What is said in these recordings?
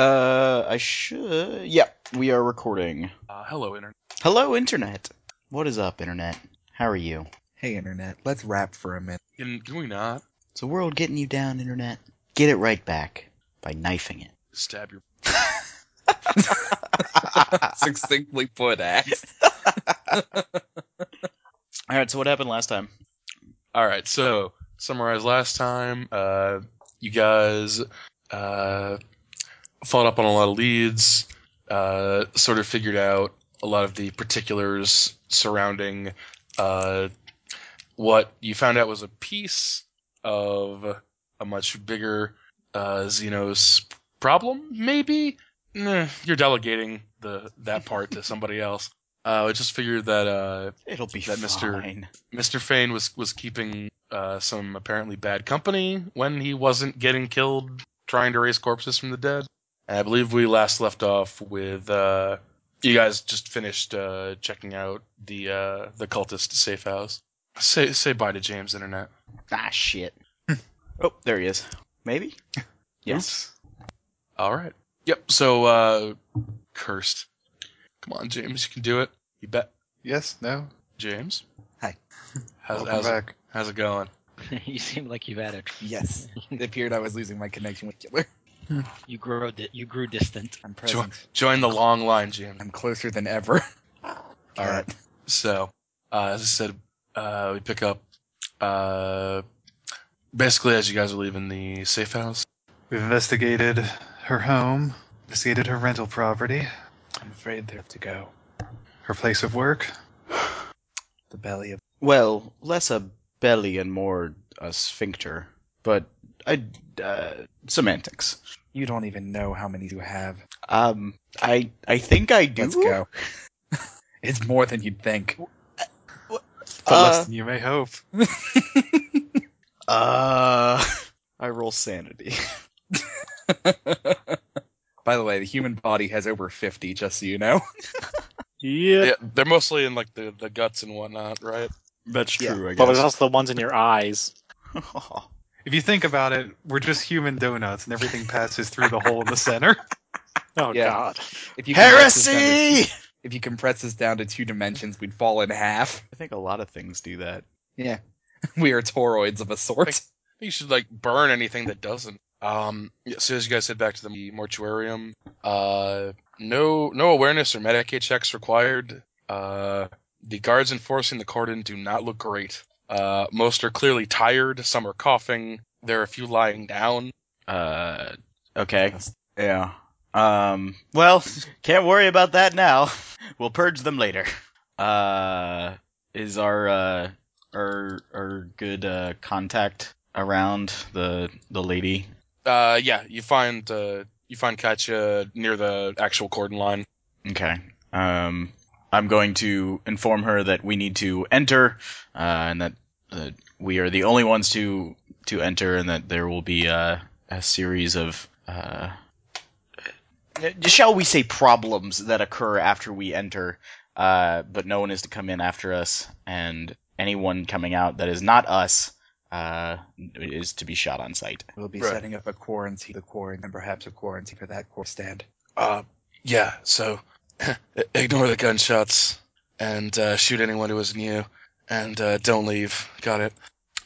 Uh, I should. Yep, we are recording. Uh, hello, internet. Hello, Internet. What is up, Internet? How are you? Hey, Internet, let's rap for a minute. Can, can we not Is the world getting you down, Internet? Get it right back by knifing it. stab your? Succinctly put, Axe. All right. So what happened last time? All right. So summarize last time. Uh, you guys uh, followed up on a lot of leads. Uh, sort of figured out a lot of the particulars surrounding uh, what you found out was a piece of a much bigger uh, Xenos problem. Maybe Nah, you're delegating the that part to somebody else. Uh, I just figured that. Uh, It'll be That Mr. fine. Mr. Fane was was keeping uh, some apparently bad company when he wasn't getting killed trying to raise corpses from the dead. And I believe we last left off with uh, you guys just finished uh, checking out the uh, the cultist safe house. Say say bye to James Internet. Ah, shit. oh, there he is. Maybe. yes. All right. Yep. So uh, cursed. Come on, James, you can do it. You bet, Yes, no. James. Hi. How's Welcome how's it, back. how's it going? you seem like you've had a Yes. It appeared I was losing my connection with Killer. you grew di- you grew distant. I'm present. Join the long line, James. I'm closer than ever. All right. So, uh, as I said, uh, we pick up uh, basically as you guys are leaving the safe house. We've investigated her home, investigated her rental property. I'm afraid they have to go. Her place of work. The belly of. Well, less a belly and more a sphincter, but I uh, semantics. You don't even know how many you have. Um, I I think I do. Let's go. it's more than you'd think. But Uh, less than you may hope. Uh, I roll sanity. By the way, the human body has over 50, just so you know. Yeah. Yeah, they're mostly in like the, the guts and whatnot, right? That's Yeah. true, I But there's also the ones in your eyes. If you think about it, we're just human donuts and everything passes through the hole in the center. Oh Yeah. God. If you compress this down to- Heresy! if you compress this down to two dimensions, we'd fall in half. I think a lot of things do that. We are toroids of a sort. You should like burn anything that doesn't. Um, yeah, so as you guys head back to the mortuarium, uh, no no awareness or Medicaid checks required. Uh, the guards enforcing the cordon do not look great. Uh, most are clearly tired. Some are coughing. There are a few lying down. Uh, okay. Yeah. Um, well, can't worry about that now. We'll purge them later. Uh, is our, uh, our, our good, uh, contact around the, the lady? Uh, yeah, you find uh, you find Katya near the actual cordon line. Okay. Um, I'm going to inform her that we need to enter, uh, and that, that we are the only ones to to enter, and that there will be uh, a series of. Uh, Shall we say problems that occur after we enter, uh, but no one is to come in after us, and anyone coming out that is not us uh, is to be shot on sight. We'll be Right. setting up a quarantine, the quarantine, and perhaps a quarantine for that quarantine stand. Uh, yeah, so ignore the gunshots and uh, shoot anyone who isn't you, and uh, don't leave. Got it.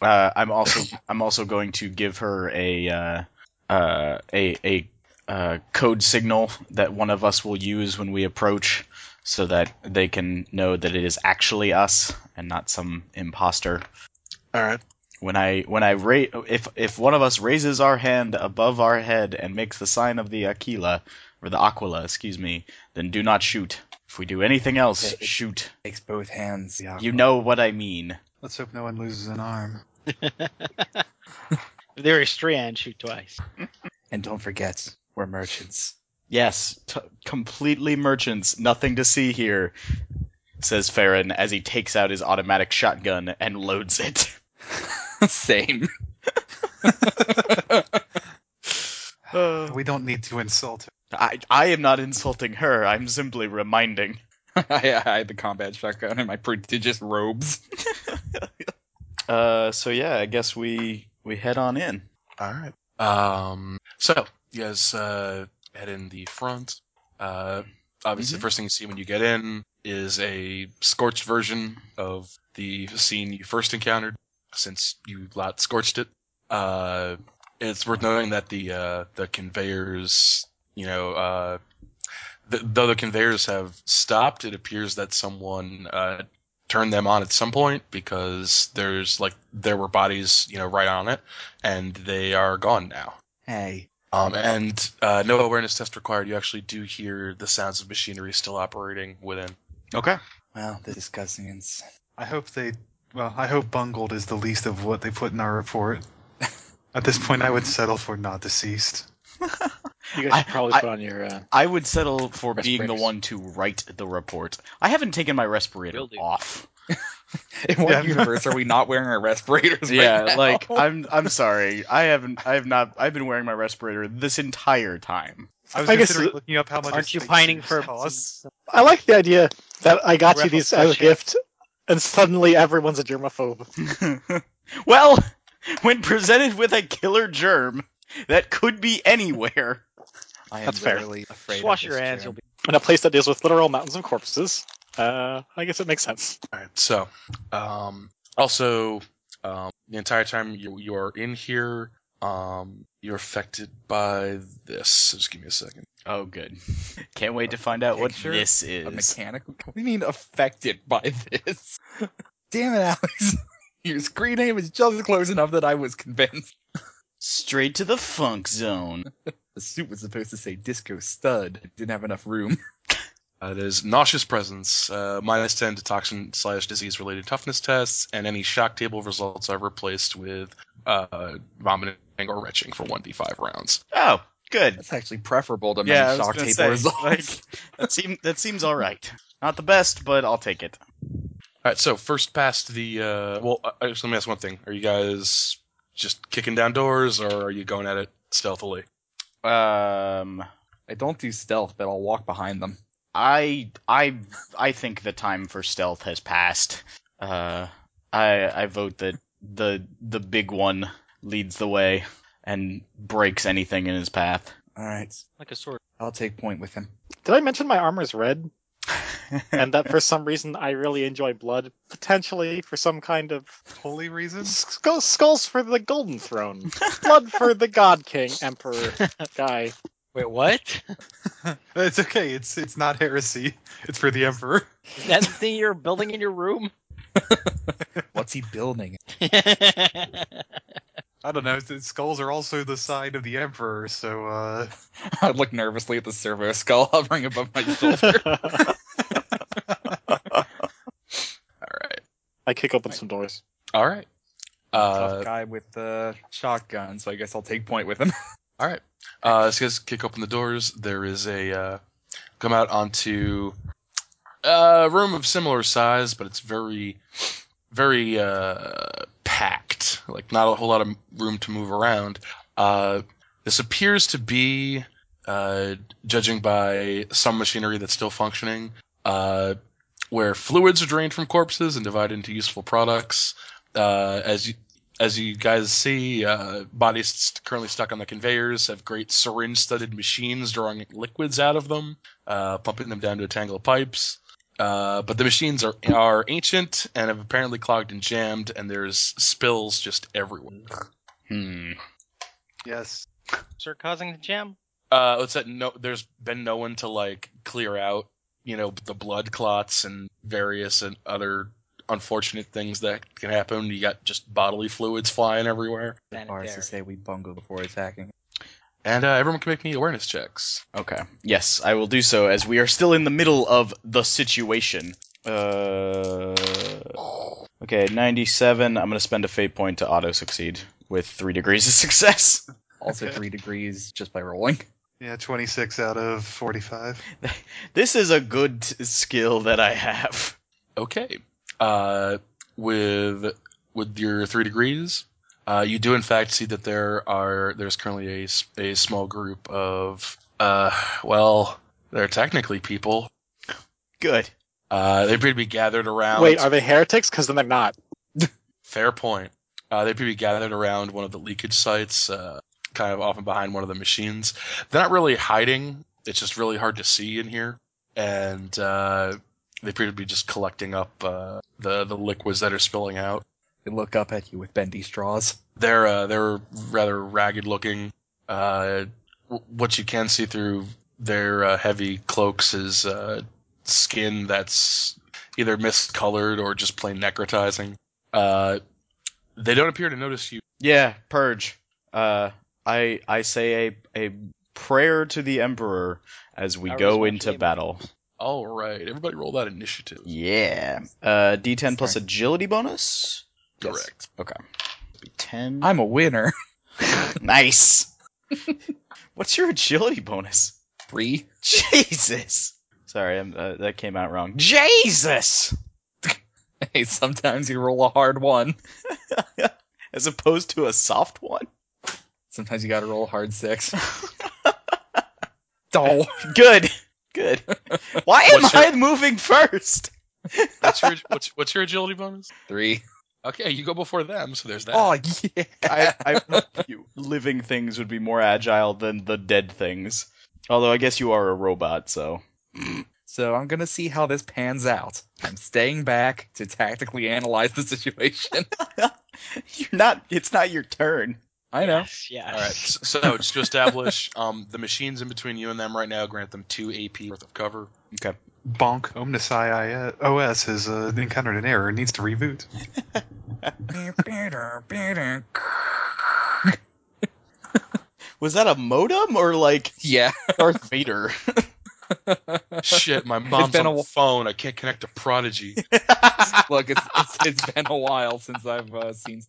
Uh, I'm also I'm also going to give her a uh, uh, a a uh, code signal that one of us will use when we approach, so that they can know that it is actually us and not some imposter. All right. When I when I ra- if if one of us raises our hand above our head and makes the sign of the aquila or the aquila, excuse me, then do not shoot. If we do anything else, Okay. shoot. Takes both hands. Yeah. You know what I mean. Let's hope no one loses an arm. If they were strand, shoot twice. And don't forget, we're merchants. Yes, t- completely merchants, nothing to see here, says Farron as he takes out his automatic shotgun and loads it. Same. Uh. We don't need to insult her. I, I am not insulting her, I'm simply reminding. I, I had the combat shotgun and my prodigious robes. Uh, so yeah, I guess we we head on in. All right. Um, so you guys uh, head in the front. Uh, obviously, the first thing you see when you get in is a scorched version of the scene you first encountered, since you lot scorched it. Uh, it's worth noting that the uh, the conveyors, you know, uh, th- though the conveyors have stopped, it appears that someone uh, turned them on at some point because there's like there were bodies, you know, right on it, and they are gone now. Hey. Um, and uh, no awareness test required. You actually do hear the sounds of machinery still operating within. Okay. Well, this disgusting. is- I hope they. Well, I hope bungled is the least of what they put in our report. At this point, I would settle for not deceased. You guys I- should probably I- put on your. Uh, I would settle for Rest being the breaks. one to write the report. I haven't taken my respirator Will do. off. In what Yeah. universe are we not wearing our respirators? right yeah, now? like I'm I'm sorry. I haven't I have not I've been wearing my respirator this entire time. I was I guess considering the- looking up how much. Aren't you space pining shoes for cost. I like the idea that I got you Ruffles these as a fresh air. gift, and suddenly everyone's a germaphobe. well, when presented with a killer germ that could be anywhere, I am That's fair. literally afraid. Just of wash this your hands. germ. You'll be. In a place that deals with literal mountains of corpses, uh, I guess it makes sense. All right. So, um, also, um, the entire time you you are in here, um, you're affected by this. So just give me a second. oh good. Can't wait to find out what Picture this a is. mechanic? What do you mean affected by this? Damn it, Alex. Your screen name is just close enough that I was convinced Straight to the funk zone. the suit was supposed to say disco stud. It didn't have enough room. Uh, it is nauseous presence, uh, minus ten to toxin slash disease related toughness tests, and any shock table results are replaced with uh, vomiting or retching for one d five rounds. Oh, good. That's actually preferable to Yeah, I many was shock gonna table say, results. like- That seems that seems all right. Not the best, but I'll take it. All right. So first, past the uh, well, uh, actually, let me ask one thing: Are you guys just kicking down doors, or are you going at it stealthily? Um I don't do stealth, but I'll walk behind them. I I I think the time for stealth has passed. Uh, I I vote that the the big one leads the way and breaks anything in his path. All right, Like a sword. I'll take point with him. Did I mention my armor's red? And that for some reason I really enjoy blood, potentially for some kind of Holy reasons. skull, skulls for the golden throne, blood for the god king emperor guy. Wait, what? It's okay. It's it's not heresy. It's for the emperor. Is that the thing you're building in your room? What's he building? I don't know. The skulls are also the side of the emperor, so uh, I look nervously at the servo skull hovering above my shoulder. I All right. kick open some doors. All right. Tough Uh, guy with the shotgun, so I guess I'll take point with him. all right. Uh, so you guys kick open the doors. There is a uh, come out onto uh, a room of similar size, but it's very, very uh, packed. Like not a whole lot of room to move around. Uh, this appears to be, uh, judging by some machinery that's still functioning, uh, where fluids are drained from corpses and divided into useful products. Uh, as you as you guys see, uh, bodies st- currently stuck on the conveyors have great syringe studded machines drawing liquids out of them, uh, pumping them down to a tangle of pipes. Uh, but the machines are, are ancient and have apparently clogged and jammed, and there's spills just everywhere. hmm. yes. Sir causing the jam. Uh, it's that no, there's been no one to like clear out, you know, the blood clots and various and other unfortunate things that can happen. You got just bodily fluids flying everywhere, Or as to say we bungle before attacking. and uh, everyone can make me awareness checks. Okay. Yes, I will do so as we are still in the middle of the situation. Uh, okay, 97. I'm going to spend a fate point to auto succeed with three degrees of success. Also Okay. three degrees just by rolling. Yeah, 26 out of 45. This is a good t- skill that I have. Okay. Uh, with with your three degrees, uh, you do in fact see that there are there's currently a, s- a small group of uh, well, they're technically people. Good. Uh, they appear to be gathered around. Wait, are they heretics? Because then they're not. fair point. Uh, they appear to be gathered around one of the leakage sites, uh, kind of often behind one of the machines. They're not really hiding. It's just really hard to see in here, and uh, they appear to be just collecting up uh, the the liquids that are spilling out. They look up at you with bendy straws. They're uh, they're rather ragged looking. Uh, w- what you can see through their uh, heavy cloaks is uh, skin that's either miscolored or just plain necrotizing. Uh, they don't appear to notice you. Yeah, purge. Uh, I I say a a prayer to the emperor as we I was go watching into him. battle. All right, everybody, roll that initiative. Yeah. Uh, D10 plus agility bonus. Correct. Ten. I'm a winner. nice. What's your agility bonus? Three. Jesus. Sorry, I'm, uh, that came out wrong. Jesus. Hey, sometimes you roll a hard one. As opposed to a soft one. Sometimes you gotta roll a hard six. Dull. Good. Good. Why am What's your- I moving first? What's your what's, what's your agility bonus? Three. Okay, you go before them, so there's that. Oh yeah. I, I you. living things would be more agile than the dead things. Although I guess you are a robot, so So I'm gonna see how this pans out. I'm staying back to tactically analyze the situation. you're not. It's not your turn. I know. Yes, yes. All right. s- So just to establish, um, the machines in between you and them right now grant them two AP worth of cover. Bonk Omnisci I- OS has uh, encountered an error and needs to reboot. Was that a modem or like yeah. Darth Vader? Shit, my mom's been on a the wh- phone. I can't connect to Prodigy. Look, it's, it's it's been a while since I've uh, seen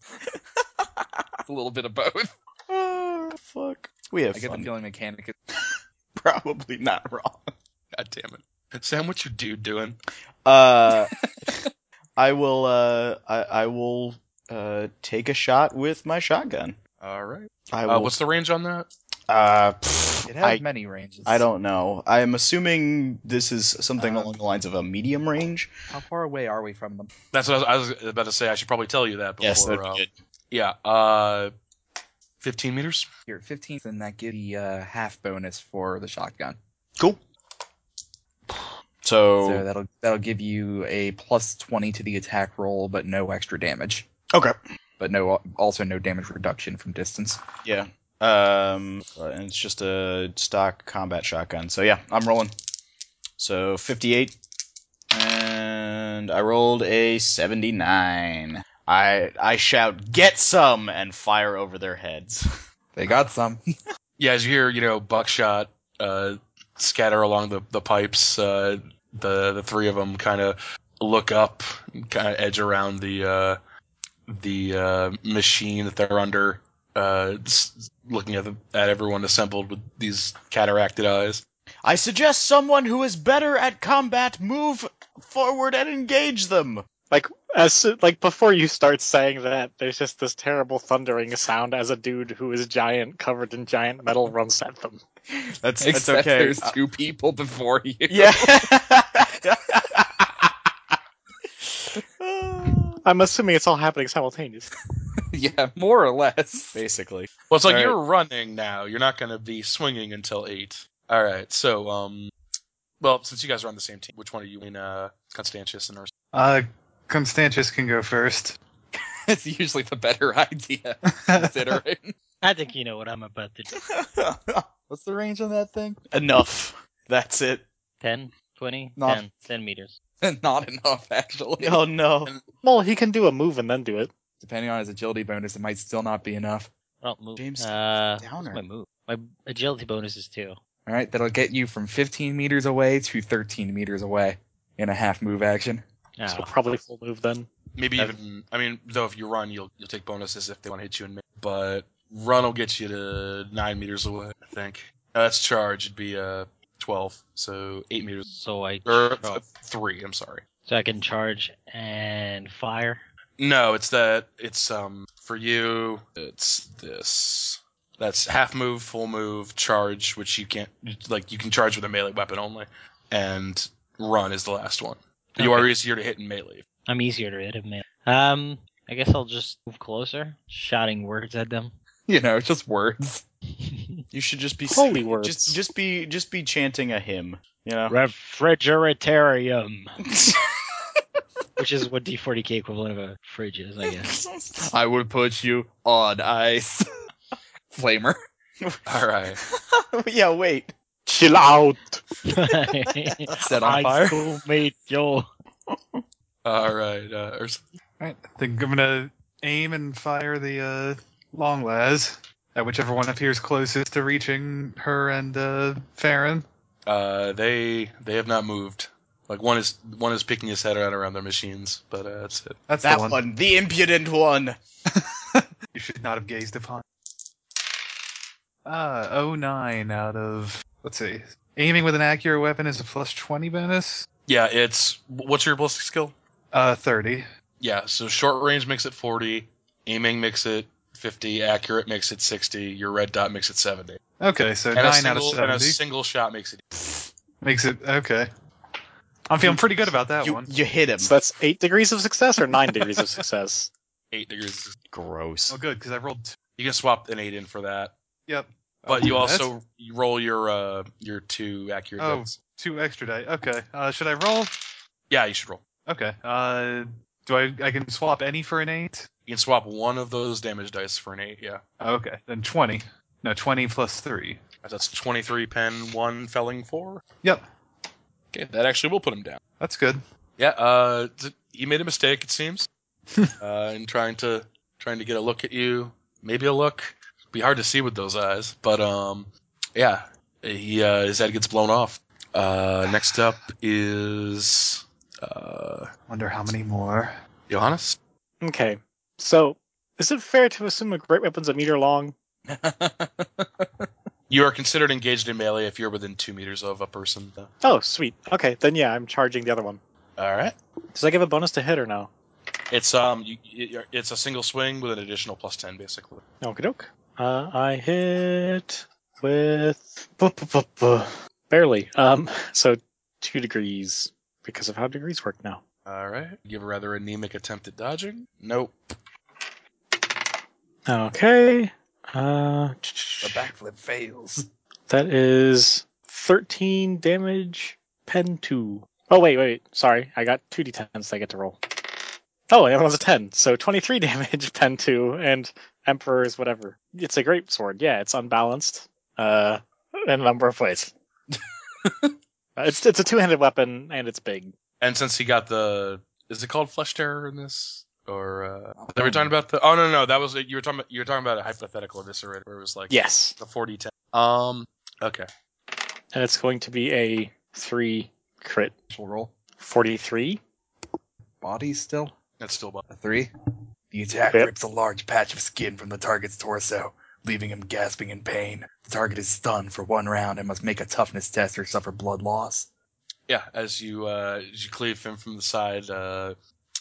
it's a little bit of both. oh, fuck. We have I get the fun. feeling mechanic is Probably not wrong. God damn it, Sam, what's your dude doing? Uh, I will. Uh, I, I will uh, take a shot with my shotgun. All right. I Uh, will. what's the range on that? uh, pff, it I, has many ranges. I don't know. I'm assuming this is something Um, along the lines of a medium range. How far away are we from them? That's what I was, I was about to say. I should probably tell you that before. yes, that'd be uh, good. Yeah. Uh, fifteen meters. Here, 15, and that gives the uh, half bonus for the shotgun. Cool. So, So that'll that'll give you a plus 20 to the attack roll, but no extra damage. okay, But no, also no damage reduction from distance. yeah. Um, and it's just a stock combat shotgun. So yeah, I'm rolling. So 58, and I rolled a 79. I I shout, "Get some!" and fire over their heads. They got some. Yeah, as you hear, you know, buckshot uh, scatter along the the pipes. Uh, the the three of them kind of look up, kind of edge around the uh, the uh, machine that they're under, uh, s- looking at the, at everyone assembled with these cataracted eyes. I suggest someone who is better at combat move forward and engage them. Like as soo- like before you start saying that, there's just this terrible thundering sound as a dude who is giant, covered in giant metal, runs at them. That's that's Except okay. there's two people before you. yeah. I'm assuming it's all happening simultaneously. yeah, more or less. Basically. Well, it's All like right. you're running now. You're not going to be swinging until eight. All right. So, um, well, since you guys are on the same team, which one are you in? Uh, Constantius and or Uh, Constantius can go first. It's usually the better idea, considering. I think you know what I'm about to do. What's the range on that thing? Enough. That's it. 10, 20, Not- 10, 10 meters. Not enough, actually. Oh no. Well, he can do a move and then do it. Depending on his agility bonus, it might still not be enough. I don't Oh, move. James uh, what's Downer. my move? My agility bonus is 2. All right, that'll get you from 15 meters away to 13 meters away in a half move action. So Oh, probably full move then. Maybe That's- even I mean, though if you run, you'll you'll take bonuses if they want to hit you in mid. But run will get you to nine meters away, I think. Uh, that's charge. It'd be uh twelve, so eight meters so I or uh, charge. three. I'm sorry. so I can charge and fire. No, it's that. It's um for you. It's this. That's half move, full move, charge, which you can't like. You can charge with a melee weapon only, and run is the last one. You Okay. are easier to hit in melee. I'm easier to hit him. man. Um, I guess I'll just move closer, shouting words at them. You know, it's just words. You should just be Holy words. Just just be just be chanting a hymn. You know. Refrigeratarium. Which is what D40K equivalent of a fridge is, I guess. I would put you on ice. Flamer. All right. yeah. Wait. Chill out. Set on fire. mate, yo. All right. Uh, Urs- Alright, I think I'm gonna aim and fire the uh, long las at whichever one appears closest to reaching her and uh, Farron. Uh, they they have not moved. Like one is one is picking his head out around their machines, but uh, that's it. That's That the one. one. The impudent one. you should not have gazed upon. Ah, oh nine out of let's see. Aiming with an accurate weapon is a plus twenty bonus. Yeah, it's what's your ballistic skill? Uh, thirty. Yeah, so short range makes it forty, aiming makes it fifty, accurate makes it sixty, your red dot makes it seventy, Okay, so and a nine single out of and a seventy single shot makes it. makes it okay. I'm feeling pretty good about that you one. you hit him. So that's eight degrees of success or nine degrees of success? Eight degrees. Gross. Oh, good because I rolled. Two. You can swap an eight in for that, Yep. but you Oh, that's also you roll your uh your two accurate. Oh. dice. two extra die. Okay. Uh, should I roll? Yeah, you should roll. Okay. Uh, do I? I can swap any for an eight. You can swap one of those damage dice for an eight. Yeah, Okay, then twenty. No, twenty plus three. that's twenty three pen one felling four. Yep, Okay, that actually will put him down. that's good. Yeah, uh, th- he made a mistake, it seems, uh, in trying to trying to get a look at you. Maybe a look. Be hard to see with those eyes, but um, yeah, he uh, his head gets blown off. Uh, next up is uh, Wonder how many more. Johannes. Okay. So, is it fair to assume a great weapon's a meter long? You are considered engaged in melee if you're within two meters of a person. All Oh, sweet. Okay, then yeah, I'm charging the other one. right, Does that give a bonus to hit or no? it's um, you, you- it's a single swing with an additional plus ten, basically. Okie doke. Uh, I hit with buh, buh, buh, buh. barely. Um, so two degrees because of how degrees work now. All right, give a rather anemic attempt at dodging. Nope, Okay. Uh, The backflip fails. that is thirteen damage. Pen two. Oh wait, wait, wait. Sorry, I got two d10s. That I get to roll. Oh, and that was a ten. So twenty-three damage. Pen two and emperor's whatever. It's a great sword. Yeah, it's unbalanced. Uh, in a number of ways. Uh, it's it's a two-handed weapon and it's big. And since he got the, is it called flesh terror in this? Or uh, they were talking about the. Oh no, no, no, that was you were talking. About, you were talking about a hypothetical eviscerator where it was like Yes, the forty ten. Um. Okay. and it's going to be a three crit. Actual roll. Forty-three. Body still? That's still about. A three? The attack Yep. rips a large patch of skin from the target's torso, leaving him gasping in pain. The target is stunned for one round and must make a toughness test or suffer blood loss. Yeah. As you uh, as you cleave him from the side, uh,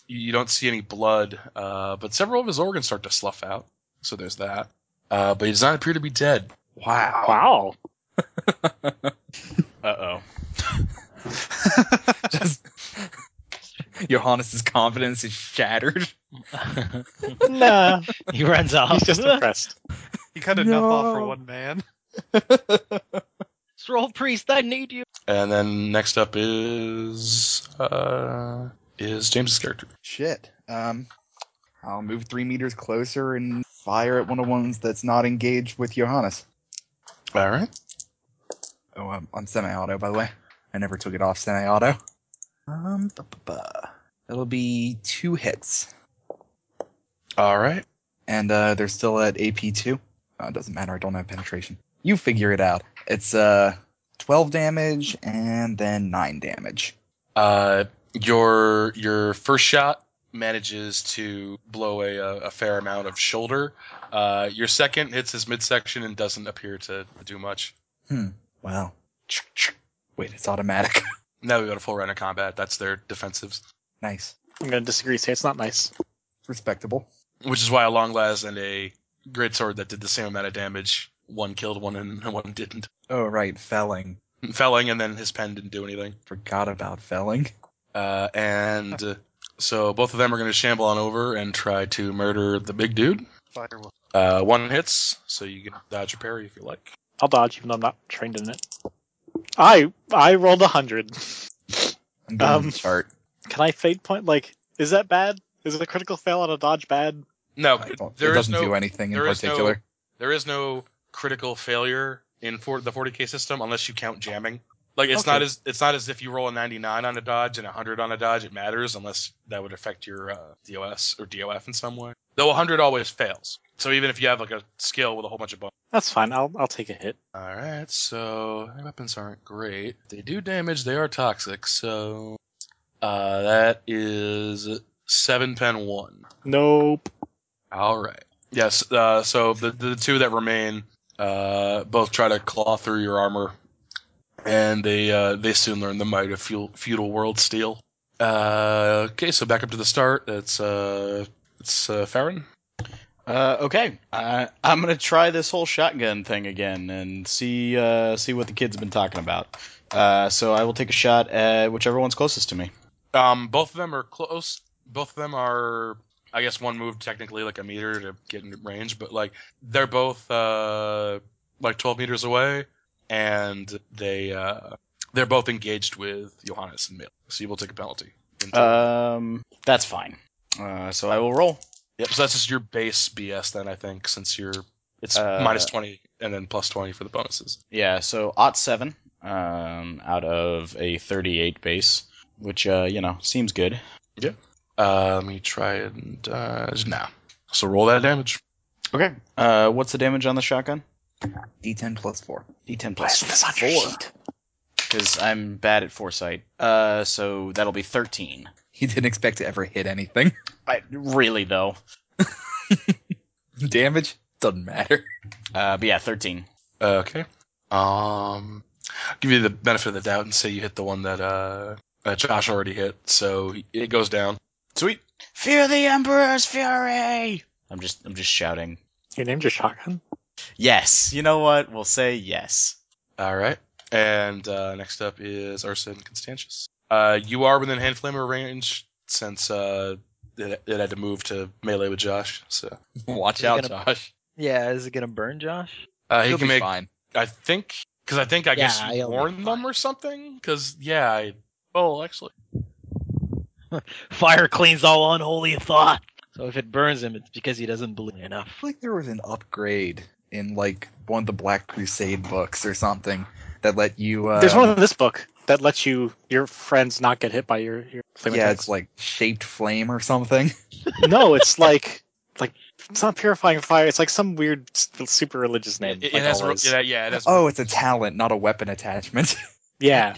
you, you don't see any blood, uh, but several of his organs start to slough out. So there's that. Uh, but he does not appear to be dead. Wow. Wow. Uh oh. Just Johannes' confidence is shattered. Nah. he runs off. He's just impressed. You cut enough off for one man. Stroll priest, I need you. And then next up is uh, is James's character. Shit. Um, I'll move three meters closer and fire at one of the ones that's not engaged with Johannes. All right. Oh, I'm on semi-auto, by the way. I never took it off semi-auto. Um, bu- bu- bu. it'll be two hits, All right. and uh, they're still at AP two. Uh, it doesn't matter. I don't have penetration. You figure it out. It's uh, twelve damage and then nine damage. Uh, your your first shot manages to blow a, a, a fair amount of shoulder. Uh, your second hits his midsection and doesn't appear to do much. Wow. Wait, it's automatic. Now we got a full round of combat. That's their defensives, nice. I'm gonna disagree. Say it's not nice. It's respectable. which is why a long las and a great sword that did the same amount of damage. One killed one and one didn't. Oh right, felling. Felling and then his pen didn't do anything. Forgot about felling. Uh, and uh, so both of them are going to shamble on over and try to murder the big dude. Firewall. Uh, one hits, so you can dodge or parry if you like. I'll dodge, even though I'm not trained in it. I I rolled a hundred. I'm doing Um, the chart. Can I fade point? Like, is that bad? Is it a critical fail on a dodge bad? No, I don't- there it is doesn't no do anything in there is no- particular. there is no critical failure in for, the 40k system unless you count jamming. Like it's Okay. not as it's not as if you roll a 99 on a dodge and a 100 on a dodge. It matters unless that would affect your uh, DOS or DOF in some way. Though 100 always fails. So even if you have like a skill with a whole bunch of bonus. That's fine. I'll I'll take a hit. All right, so their weapons aren't great. They do damage. They are toxic. So uh, that is seven pen one. Nope. All right. Yes. Uh, so the the two that remain uh, both try to claw through your armor, and they uh, they soon learn the might of feudal, feudal world steel. Uh, okay, so back up to the start. It's uh, it's uh, Farron. Uh, okay, uh, I'm gonna try this whole shotgun thing again and see uh, see what the kid's been talking about. Uh, so I will take a shot at whichever one's closest to me. Um, both of them are close. Both of them are, I guess, one move technically like a meter to get in range, but like they're both uh, like 12 meters away, and they uh, they're both engaged with Johannes and Mill. So you will take a penalty. in total. Um, that's fine. Uh, so I will roll. yep. So that's just your base BS then, I think, since you're it's Uh, minus 20 and then plus 20 for the bonuses. Yeah, so ot seven um, out of a 38 base, which uh, you know seems good. Uh, let me try and dodge now. So roll that damage. Okay. Uh, what's the damage on the shotgun? D10 plus four. D10 Why plus isn't this on your four. sheet? Because I'm bad at foresight. Uh, so that'll be 13. He didn't expect to ever hit anything. I, really though. Damage doesn't matter. Uh, but yeah, 13. Okay. Um, give you the benefit of the doubt and say you hit the one that uh, uh Josh already hit, so he- it goes down. Sweet. Fear the Emperor's fury. I'm just I'm just shouting. You named your shotgun. Yes. You know what? We'll say yes. All right. And uh, next up is Arson Constantius. Uh, you are within hand flamer range since uh it, it had to move to melee with Josh, so Watch He's out, gonna- Josh. Yeah, is it gonna burn Josh? uh, he He'll can be make. fine. I think because I think I guess Yeah, you he'll be warn fine. them or something. Because yeah, I, oh actually, Fire cleans all unholy thought. So if it burns him, it's because he doesn't believe I enough. feel like there was an upgrade in like one of the Black Crusade books or something that let you. Uh, There's one in this book that lets you your friends not get hit by your your flame yeah, attacks. it's like shaped flame or something. no, it's like like it's not purifying fire. It's like some weird s- super religious name. it, it like has always. yeah, yeah, it has Oh, it's a talent, not a weapon attachment. yeah.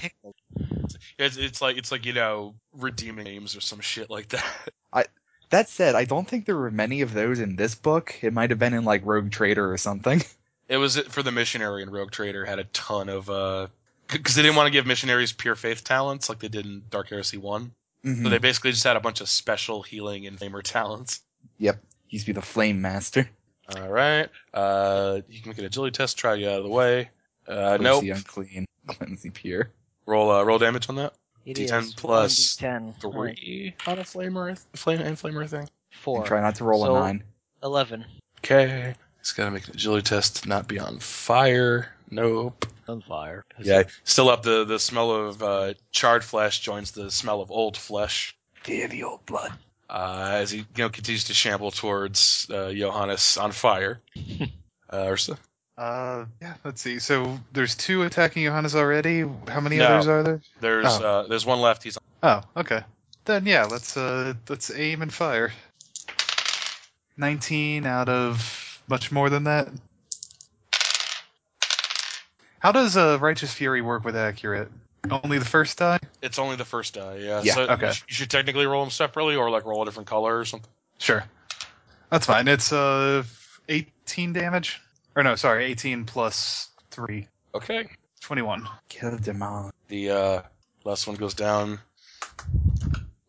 It's, it's like it's like you know redeeming names or some shit like that. that said, I don't think there were many of those in this book. It might have been in like Rogue Trader or something. It was it for the missionary and rogue trader had a ton of uh because they didn't want to give missionaries pure faith talents like they did in Dark Heresy One. Mhm. Mm-hmm. So they basically just had a bunch of special healing and famer talents. He used to be the Flame Master. All right, uh, you can make an agility test. Try to get out of the way. Uh, Cleanse nope. the unclean, cleanse the pure. Roll uh, roll damage on that. It D10 is plus 1d10. Alright, Three on a flamer, flame and flamer thing. And Four. try not to roll So- a nine. 11. Okay, he's gotta make an agility test to not be on fire. Nope. On fire. Yeah, still up. The the smell of uh, charred flesh joins the smell of old flesh Fear the old blood. uh, as he you know continues to shamble towards uh, Johannes on fire. uh, Ursa, Uh, yeah, let's see. So there's two attacking Johannes already. How many No. others are there? there's Oh. uh, there's one left. He's Oh, okay. Then yeah, let's uh let's aim and fire. Nineteen out of much more than that. How does uh, righteous fury work with accurate? Only the first die. it's only the first die. Yeah. Yeah, so okay. You, sh- you should technically roll them separately, or like roll a different color or something. Sure, that's fine. It's uh eighteen damage. Or no, sorry, eighteen plus three. Okay. 21. Kill them all. The uh, last one goes down.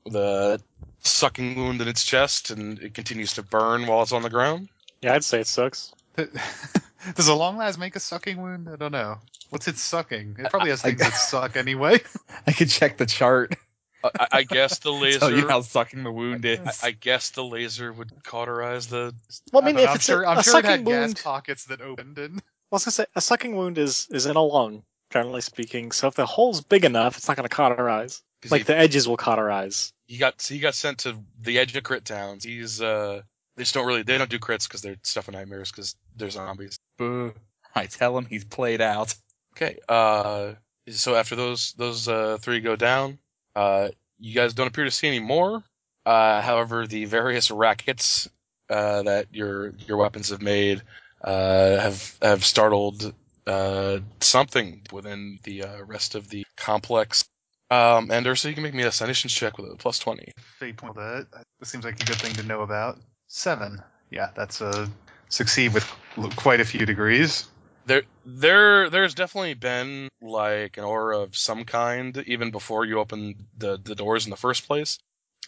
The sucking wound in its chest, and it continues to burn while it's on the ground. Yeah, I'd say it sucks. Does a long last make a sucking wound? I don't know. What's it sucking? It probably has I- things that suck anyway. I could check the chart. I- I, I guess the laser. Tell you how sucking the wound is. I, I guess the laser would cauterize the. Well, I mean, don't know, if I'm it's sure, a, I'm a sure it sucking had wound, gas pockets that opened and I was gonna say a sucking wound is is in a lung, generally speaking. So if the hole's big enough, it's not gonna cauterize. 'Cause Like he, the edges will cauterize. he got so he got sent to the edge of crit towns. He's uh they just don't really they don't do crits because they're stuff in nightmares because they're zombies. Boo. I tell him he's played out. Okay. Uh, so after those those uh, three go down, uh, you guys don't appear to see any more. Uh, however, the various rackets uh, that your your weapons have made uh, have have startled uh, something within the uh, rest of the complex. Um, Ender, so you can make me a sanitation check with a plus twenty. Fate point that. This seems like a good thing to know about. Seven. Yeah, that's a succeed with l- quite a few degrees. there there there's definitely been like an aura of some kind even before you open the the doors in the first place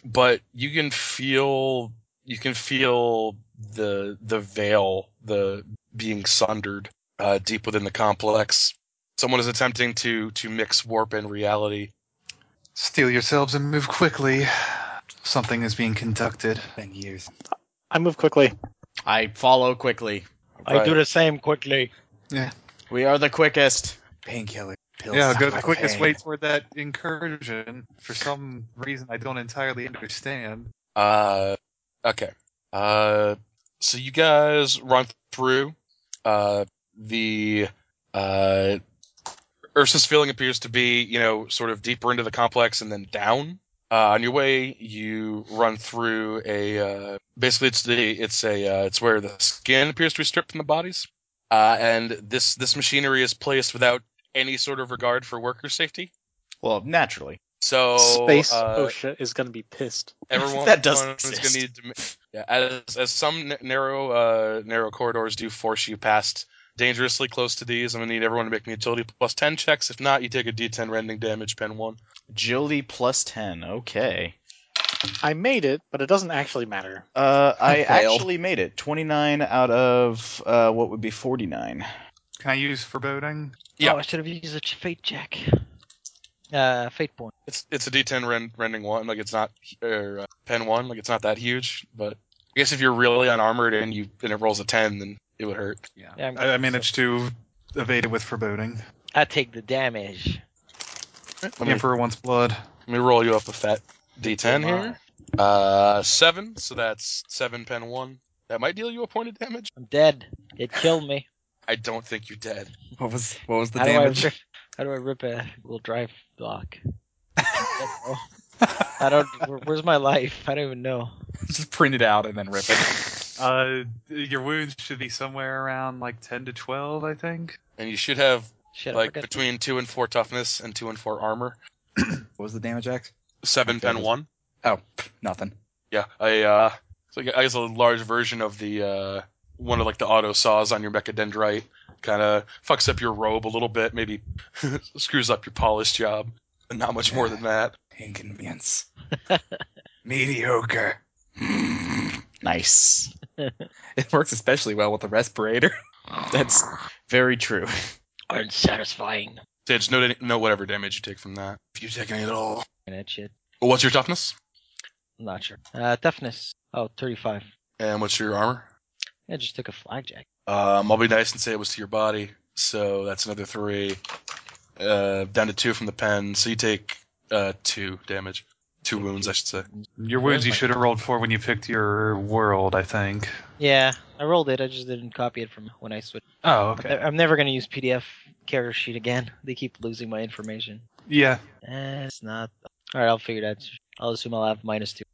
but you can feel you can feel the the veil the being sundered uh, deep within the complex someone is attempting to to mix warp and reality Steal yourselves and move quickly. Something is being conducted. Been years. I move quickly. I follow quickly. I do Right. the same quickly. We are the quickest. Painkiller pills. Yeah, stop go the my quickest pain. way toward that incursion. For some reason I don't entirely understand. Uh, okay. Uh, so you guys run through. Uh, the uh, Ursus feeling appears to be, you know, sort of deeper into the complex and then down. Uh, on your way, you run through a. Uh, basically, it's the it's a uh, it's where the skin appears to be stripped from the bodies, uh, and this this machinery is placed without any sort of regard for worker safety. Well, naturally. So Oh, Space uh, OSHA is gonna be pissed. everyone That doesn't everyone is exist. gonna need to ma- yeah, as as some n- narrow uh narrow corridors do force you past dangerously close to these i'm gonna need everyone to make me utility plus 10 checks if not you take a d10 rending damage pen one Agility plus 10. Okay. I made it, but it doesn't actually matter. Uh, I Fail. actually made it. 29 out of uh, what would be 49. Can I use foreboding? Yeah. Oh, I should have used a ch- fate jack. Uh, fate point. it's it's a d10 rend, rending one like it's not or, uh, pen one like it's not that huge but i guess if you're really unarmored and you and it rolls a 10 then it would hurt Yeah, I'm- I, I managed to evade it with foreboding. I take the damage. let The me, Emperor wants blood. let me roll you up with that d10 here uh seven so that's seven pen one that might deal you a point of damage I'm dead. It killed me. i don't think you're dead What was what was the how damage? do I rip? How do I rip a little drive block? I don't know. I don't. where- Where's my life? I don't even know. Just print it out and then rip it. Uh, your wounds should be somewhere around like ten to twelve, I think. and you should have Shit, I like forgot. between two and four toughness and two and four armor. What was the damage X? Seven Okay, pen that's- one. Oh, pff, nothing. Yeah, I uh, so I gu- I guess a large version of the uh, one of like the auto saws on your mechadendrite kind of fucks up your robe a little bit, maybe screws up your polish job, but not much more than that. Inconvenience. Mediocre. Nice. It works especially well with the respirator. That's very true. unsatisfying. Sage, no, no, whatever damage you take from that, if you take any at all. And that shit. Well, what's your toughness I'm not sure. Uh, toughness. Oh, 35. and what's your armor? I just took a flag jack. Um, I'll be nice and say it was to your body, so that's another three. Uh, down to two from the pen, so you take uh, two damage, two wounds, I should say. Your wounds you Really? should have rolled for when you picked your world, I think. Yeah, I rolled it. I just didn't copy it from when I switched. Oh, I- okay. I'm never gonna use PDF character sheet again. They keep losing my information. Yeah. Eh, it's not. All right, I'll figure that. I'll assume I'll have minus two.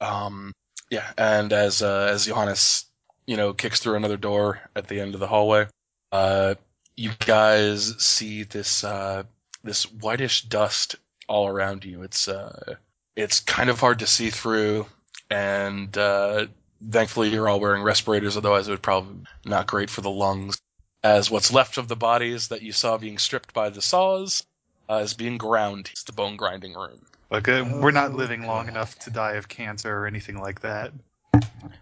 Um, yeah, and as uh, as Johannes, you know, kicks through another door at the end of the hallway, uh, you guys see this uh, this whitish dust all around you. It's uh, it's kind of hard to see through, and uh, thankfully you're all wearing respirators, otherwise it would probably not great for the lungs. As what's left of the bodies that you saw being stripped by the saws uh, is being ground. It's the bone grinding room. Look, uh, we're not Oh, living long God. enough to die of cancer or anything like that.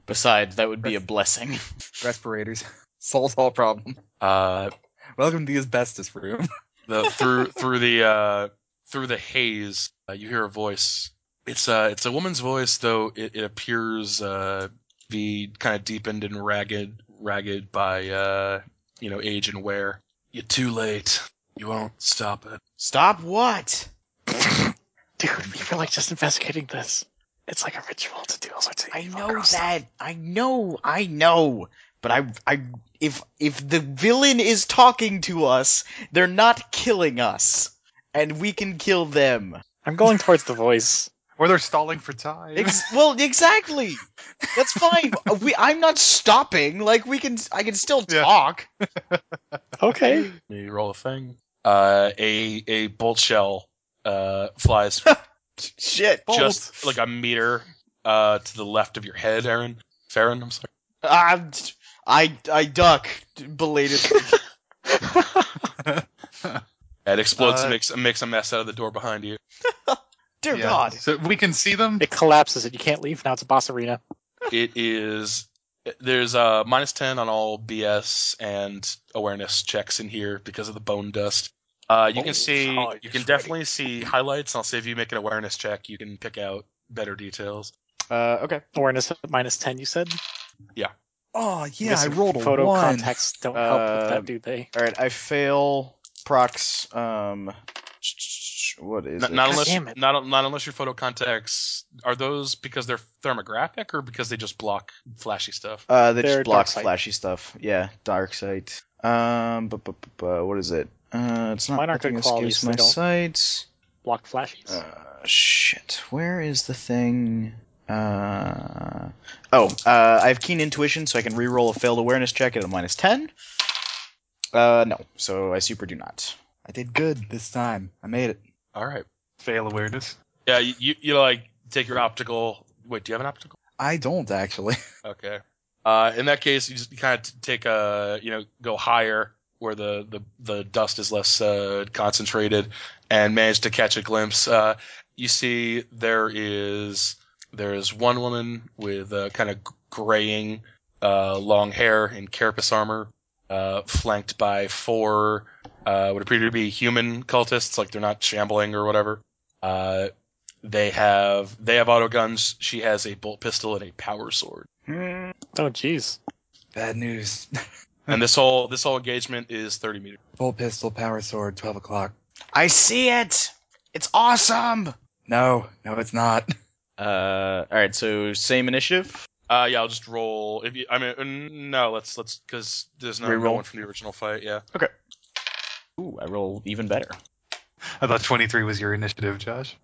Besides, that would be a blessing. Respirators. Solves all problem. Uh, Welcome to the asbestos room. the through through the uh, through the haze, uh, you hear a voice. It's uh, it's a woman's voice, though it, it appears uh, be kind of deepened and ragged, ragged by uh, you know, age and wear. You're too late. You won't stop it. Stop what? Dude, we were like just investigating this. It's like a ritual to do all sorts of I evil know gross stuff. that. I know. I know. But I, I, if if the villain is talking to us, they're not killing us, and we can kill them. I'm going towards the voice. Or they're stalling for time. Ex- well, exactly. That's fine. we, I'm not stopping. Like we can, I can still Yeah. talk. Okay. Maybe roll a thing. Uh, a a bolt shell uh, flies Shit. just like a meter uh, to the left of your head, Aaron. Farron, I'm sorry. I'm, Um, I I duck belatedly. It explodes Uh, and makes, makes a mess out of the door behind you. Dear Yeah. God. So we can see them. It collapses and you can't leave. Now it's a boss arena. It is there's uh minus ten on all BS and awareness checks in here because of the bone dust. Uh, you Oh, can see oh, you it's can ready. definitely see highlights. I'll say if you make an awareness check, you can pick out better details. Uh, okay. Awareness at minus 10, you said? Oh yeah, I Missing rolled a Photo one. contacts don't help with Uh, that, do they? All right. I fail. Prox. Um. What is Not, it? not God unless damn it. not not unless your photo contacts are those because they're thermographic or because they just block flashy stuff. Uh, they They're just block dark sight. flashy stuff. Yeah, dark sight. Um, but, but, what is it? Uh, it's not Mine aren't good letting us quality, use so my they don't- sight. Block flashes. Uh, shit. Where is the thing? Uh, oh, uh, I have keen intuition, so I can reroll a failed awareness check at a minus ten. Uh, no. So I super do not. I did good this time. I made it. All right. Fail awareness. Yeah, you, you you like take your optical. Wait, do you have an optical? I don't actually. Okay. Uh, in that case, you just kind of take a you know go higher where the the, the dust is less uh, concentrated, and manage to catch a glimpse. Uh, you see there is there is one woman with uh, kind of graying uh, long hair in carapace armor, uh, flanked by four uh, what appear to be human cultists, like they're not shambling or whatever. Uh, they have they have auto guns. She has a bolt pistol and a power sword. hmm. Oh, jeez. Bad news. and this whole this whole engagement is 30 meters. Bolt pistol, power sword, twelve o'clock. I see it. It's awesome. No, no, it's not. Uh, all right, so same initiative. Uh, yeah, I'll just roll. If you, I mean, mm, no, let's let's because there's no, no Reroll. one from the original fight. Yeah, Ooh, I roll even better. I thought 23 was your initiative, Josh.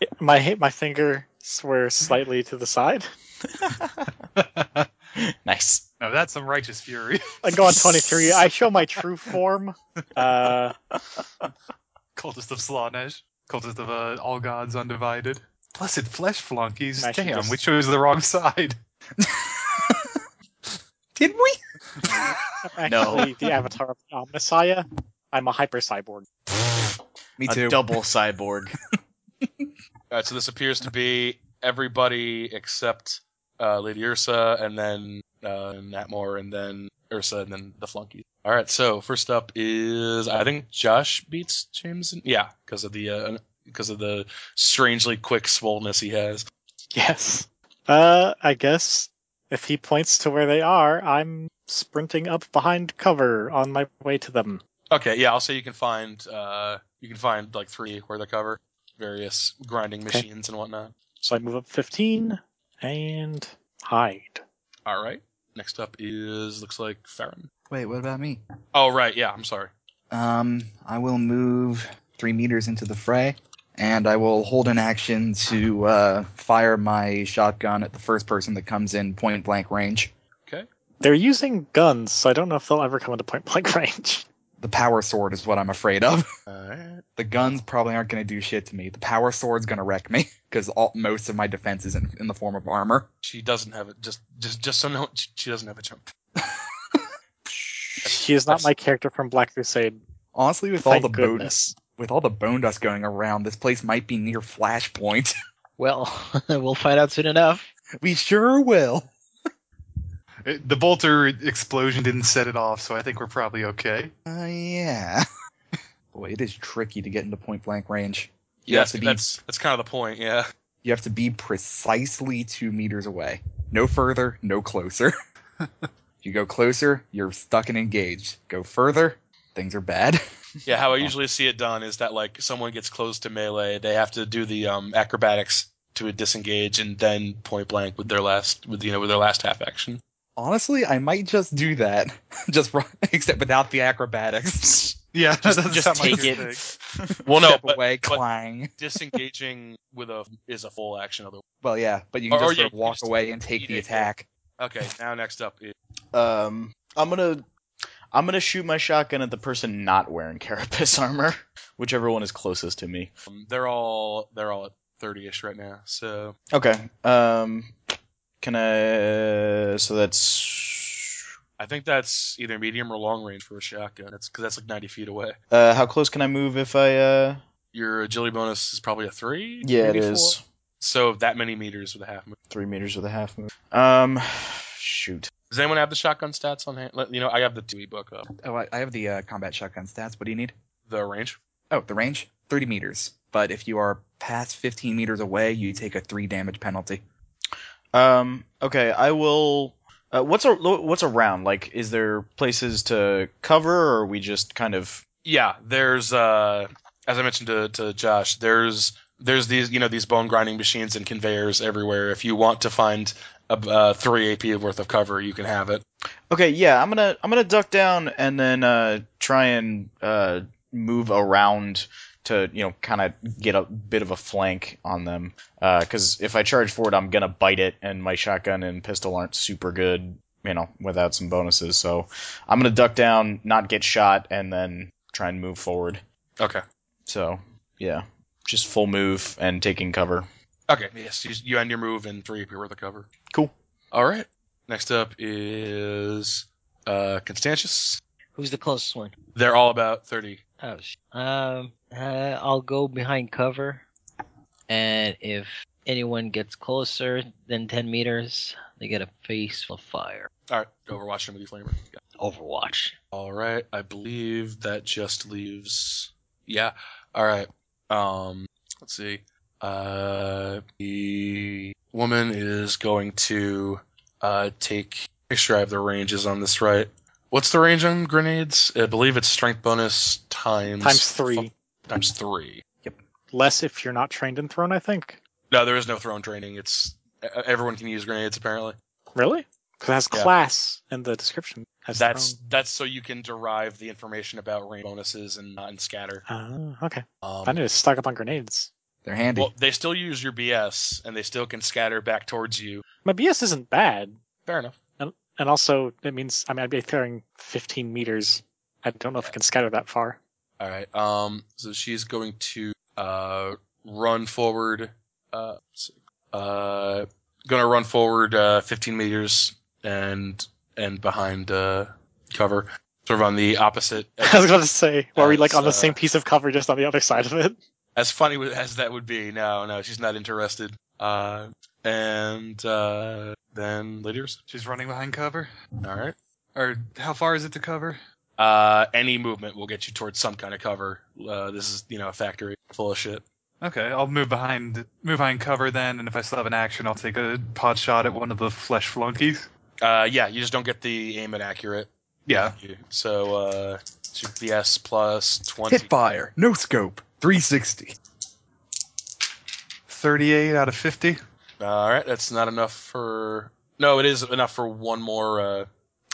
Yeah, My hi- my finger swears slightly to the side. Nice. No, that's some righteous fury. I go on 23. I show my true form. Uh, Cultist of Slanesh. Cultist of uh, All Gods Undivided. Blessed flesh flunkies. I should Damn, just- we chose the wrong side. Did we? actually, the avatar of the Omnissiah. I'm a hyper cyborg. Me A too. double cyborg. All right, so this appears to be everybody except uh, Lady Ursa, and then uh, Natmore, and then Ursa, and then the flunkies. All right, so first up is I think Josh beats James. in- Yeah, because of the uh, because of the strangely quick swollenness he has. Yes. Uh, I guess if he points to where they are, I'm sprinting up behind cover on my way to them. Okay, yeah, I'll say you can find uh you can find like three where they cover various grinding machines and whatnot. So I move up 15 and hide. All right. Next up is looks like Farron. Wait, what about me? Oh right, yeah, I'm sorry. Um, I will move three meters into the fray, and I will hold an action to uh, fire my shotgun at the first person that comes in point blank range. They're using guns, so I don't know if they'll ever come into point blank range. The power sword is what I'm afraid of. All right. The guns probably aren't going to do shit to me. The power sword's going to wreck me because most of my defense is in, in the form of armor. She doesn't have it. Just just just so no, she- she doesn't have a jump. She is not my character from Black Crusade. Honestly, with Thank all the bone, goodness. with all the bone dust going around, this place might be near flashpoint. Well, we'll find out soon enough. we sure will. It- the bolter explosion didn't set it off, so I think we're probably okay. Uh, yeah. Boy, it is tricky to get into point blank range. You Yeah, have to be that's that's kind of the point. Yeah. you have to be precisely two meters away. No further, no closer. You go closer, you're stuck and engaged. Go further, things are bad. Yeah, how I usually see it done is that like someone gets close to melee, they have to do the um, acrobatics to disengage and then point blank with their last with you know with their last half action. Honestly, I might just do that, just ru- except without the acrobatics. Yeah, that doesn't just sound like take your it. thing. Well, no, Step but away, but- clang. disengaging with a is a full action. Otherwise, Well, yeah, but you can Or- or just yeah, sort of you walk just away and take eat the it. attack. okay. Now next up is Um, I'm gonna I'm gonna shoot my shotgun at the person not wearing carapace armor, whichever one is closest to me. um, they're all they're all at thirty ish right now. So Okay. Um, can I? So that's I think that's either medium or long range for a shotgun. That's because that's like ninety feet away. uh, how close can I move if I? Uh, Your agility bonus is probably a three. yeah, it maybe is four? So that many meters with a half move. three meters with a half move. Um, shoot. Does anyone have the shotgun stats on hand? Let- You know, I have the two ebook up. Oh, I, I have the uh, combat shotgun stats. What do you need? The range. Oh, the range? 30 meters. But if you are past 15 meters away, you take a 3 damage penalty. Um, okay, I will. Uh, what's a what's around? Like, is there places to cover, or are we just kind of? Yeah, there's uh, as I mentioned to, to Josh, there's there's these you know these bone grinding machines and conveyors everywhere. If you want to find a, uh, three AP worth of cover, you can have it. Okay, yeah, I'm gonna I'm gonna duck down and then uh, try and uh, move around to you know kind of get a bit of a flank on them. Because if I charge forward, I'm gonna bite it, and my shotgun and pistol aren't super good, you know, without some bonuses. So I'm gonna duck down, not get shot, and then try and move forward. Okay. So yeah, just full move and taking cover. Okay. Yes, you, you end your move in three AP worth of cover. Cool. All right. Next up is uh, Constantius. Who's the closest one? They're all about thirty. Oh, sh- um, uh, I'll go behind cover, and if anyone gets closer than ten meters, they get a face full of fire. All right. Overwatch him with your flamer. Overwatch. All right, I believe that just leaves. Yeah. All right. Um, let's see. Uh, the woman is going to uh take. Make sure I have the ranges on this right. What's the range on grenades? I believe it's strength bonus times Times three. fu- times three. Less if you're not trained in thrown, I think. No, there is no thrown training. It's e- everyone can use grenades apparently. Really? Because it has Yeah. class in the description. Has That's thrown. that's so you can derive the information about range bonuses and not in scatter. Ah, okay. Um, I need to stock up on grenades. They're handy. Well, they still use your BS, and they still can scatter back towards you. My BS isn't bad, Fair enough. and also it means I mean I'd be throwing 15 meters. I don't know if I can scatter that far. All right. Um. So she's going to uh run forward. Uh. s- Uh. Gonna run forward uh 15 meters and and behind uh cover, sort of on the opposite. I was going to say, were we like That's, on the uh, same piece of cover, just on the other side of it? as funny as that would be, no, no, she's not interested. Uh. And uh then leaders. She's running behind cover. All right. Or how far is it to cover? Uh, any movement will get you towards some kind of cover. Uh, this is, you know, a factory full of shit. Okay, I'll move behind move behind cover then, and if I still have an action, I'll take a pot shot at one of the flesh flunkies. Uh, yeah, you just don't get the aim inaccurate. Yeah, So, uh, so BS plus 20. Hit fire, no scope, 360. thirty-eight out of fifty. Uh, All right, that's not enough for. No, it is enough for one more. Uh,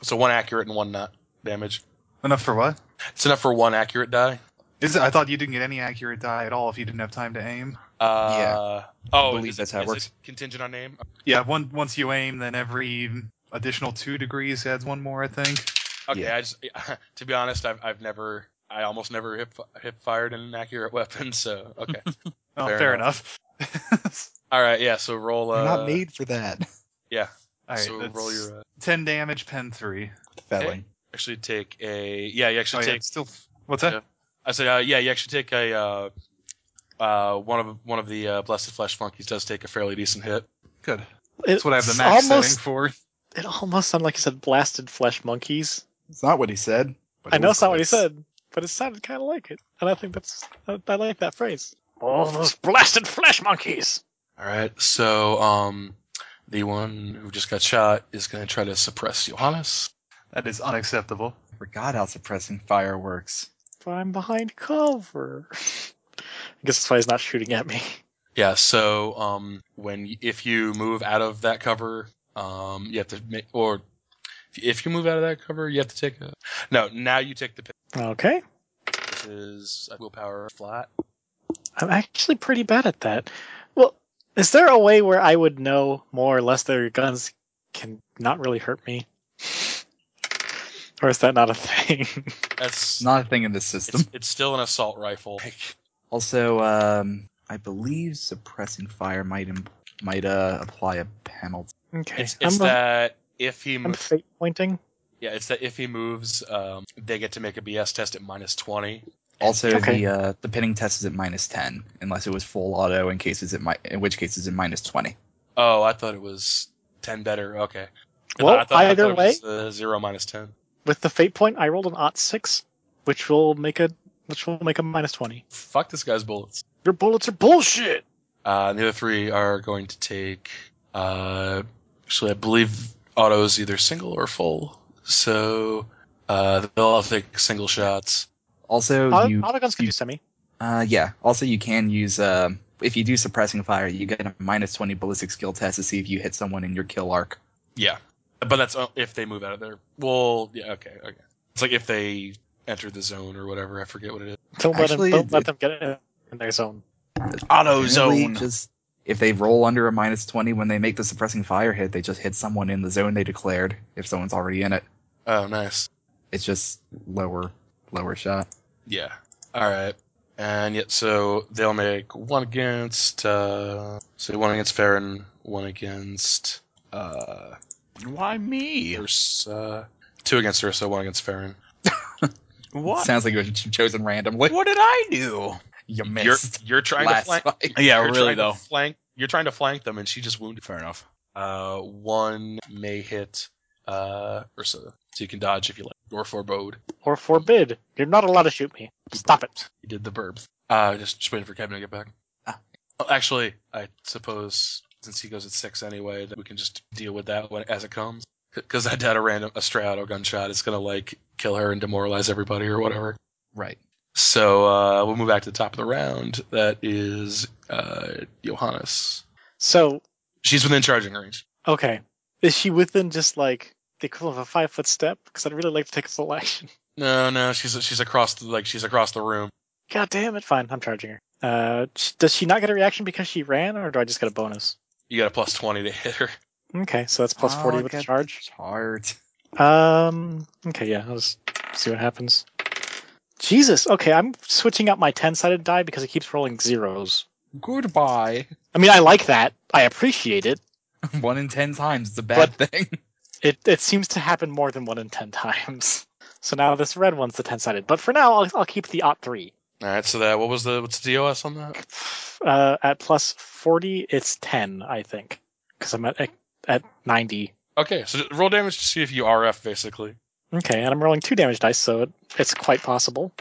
so one accurate and one not damage. Enough for what? It's enough for one accurate die. Is it, I thought you didn't get any accurate die at all if you didn't have time to aim. Uh, Oh, believe is that's it, how it is works. contingent on aim. Yeah, one, once you aim, then every additional two degrees adds one more, I think. Okay, Yeah. I just to be honest, I've I've never I almost never hip hip fired an accurate weapon. So okay, Oh, Fair fair, enough. all right, yeah. So roll. Uh, You're not made for that. Yeah. all right, so that's roll your. Uh, 10 damage, pen 3. Felon. actually take a yeah. You Oh, actually yeah, take it's still. What's that? Yeah. I said, uh, yeah, you actually take a uh, uh, one of one of the uh, blessed flesh monkeys does take a fairly decent hit. Good. It's That's what I have the max almost, setting for. It almost sounded like you said blasted flesh monkeys. It's not what he said. but I it know was it's not what he close. said, but it sounded kind of like it, and I think that's I, I like that phrase. All those blasted flesh monkeys. All right, so um, the one who just got shot is going to try to suppress Johannes. That is unacceptable. Forgot how suppressing fire works. But I'm behind cover. I guess that's why he's not shooting at me. Yeah. So um, when y- if you move out of that cover, um, you have to make or if you move out of that cover, you have to take a no. Now you take the pick, Okay. which is a willpower flat. I'm actually pretty bad at that. Well, is there a way where I would know more or less their guns can not really hurt me? Or is that not a thing? That's Not a thing in this system. it's, it's still an assault rifle. Like, Also, um, I believe suppressing fire might im- might uh, apply a penalty. okay. It's, it's I'm, uh, that if he I'm moves, fate pointing. yeah, it's that if he moves, um, they get to make a BS test at minus twenty. Also, Okay. the uh, the pinning test is at minus ten, unless it was full auto. In cases it mi- in which case it's at minus twenty. Oh, I thought it was ten better. Okay. I Well, thought- I thought- I either thought it was, uh, zero minus ten. With the fate point, I rolled an ot six, which will make a which will make a minus twenty. Fuck this guy's bullets. Your bullets are bullshit. Uh, and the other three are going to take. Uh, actually, I believe auto is either single or full, so uh, they'll all take single shots. Also, Auto, Oh, you auto guns can you- do semi. uh, yeah. Also, you can use um if you do suppressing fire, you get a minus twenty ballistic skill test to see if you hit someone in your kill arc. Yeah, but that's o- if they move out of there. Well, yeah, okay, okay. It's like if they enter the zone or whatever. I forget what it is. Don't let Actually, them don't it- let them get in- in their zone. Auto Generally, zone. Just if they roll under a minus twenty when they make the suppressing fire hit, they just hit someone in the zone they declared. If someone's already in it, Oh, nice. it's just lower lower shot. Yeah. All right. And yet, so they'll make one against. Uh, so one against Farron, one against. Uh, Why me? Ursa. uh, Two against Ursa, one against Farron. What? Sounds like it was ch- chosen randomly. What did I do? You You're missed. you're trying to last flank. fight. Yeah, you're really trying to though. flank. You're trying to flank them, and she just wounded. Fair enough. Uh, one may hit uh Ursa, so you can dodge if you like, or forebode. Or forbid. You're not allowed to shoot me. Stop it. You did the burb. Uh, just, just waiting for Kevin to get back. Ah. Oh, actually, I suppose since he goes at six anyway, that we can just deal with that when, as it comes. Because I doubt a random a stray auto gunshot is gonna like kill her and demoralize everybody or whatever. Right. So uh, we'll move back to the top of the round. That is uh, Johannes. So She's within charging range. Okay. Is she within just like the equivalent of a five foot step? Because I'd really like to take a full action. No, no, she's she's across the, like she's across the room. God damn it! Fine, I'm charging her. Uh, sh- does she not get a reaction because she ran, or do I just get a bonus? You got a plus twenty to hit her. Okay, so that's plus I'll forty with the get charge. Chart. Um. Okay, yeah. I'll just see what happens. Jesus. Okay, I'm switching out my ten sided die because it keeps rolling zeros. Goodbye. I mean, I like that. I appreciate it. One in ten times. It's a bad thing. It it seems to happen more than one in ten times. So now this red one's the ten sided. But for now, I'll I'll keep the ot three. All right, so that what was the what's the DOS on that? uh, at plus 40 it's 10 i think because i'm at at 90 Okay, so roll damage to see if you RF basically. okay and i'm rolling two damage dice so it, it's quite possible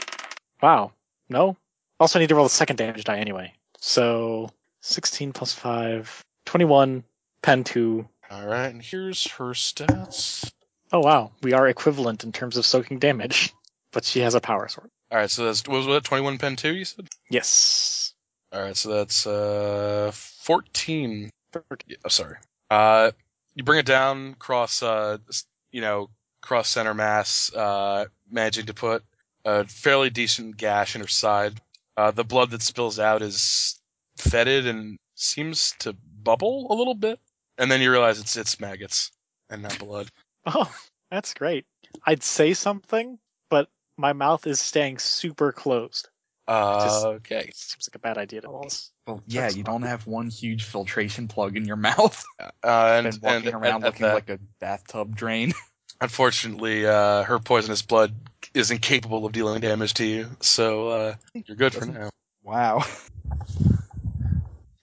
wow no also I need to roll the second damage die anyway so 16 plus 5 21 pen 2 All right, and here's her stats. oh wow we are equivalent in terms of soaking damage but she has a power sword All right, so that's what was that twenty one pen two you said? yes All right, so that's uh fourteen. Thirteen. Yeah, oh, sorry. Uh, you bring it down cross uh s- you know cross center mass, uh, managing to put a fairly decent gash in her side. Uh, the blood that spills out is fetid and seems to bubble a little bit, and then you realize it's it's maggots and not blood. oh that's great i'd say something but my mouth is staying super closed Uh, okay. seems like a bad idea to Oh. me. Well, yeah, you don't have one huge filtration plug in your mouth. Uh, and, And, walking and around at- at looking that, like a bathtub drain. unfortunately, uh, her poisonous blood is incapable of dealing damage to you, so uh, you're good for Doesn't- now. wow.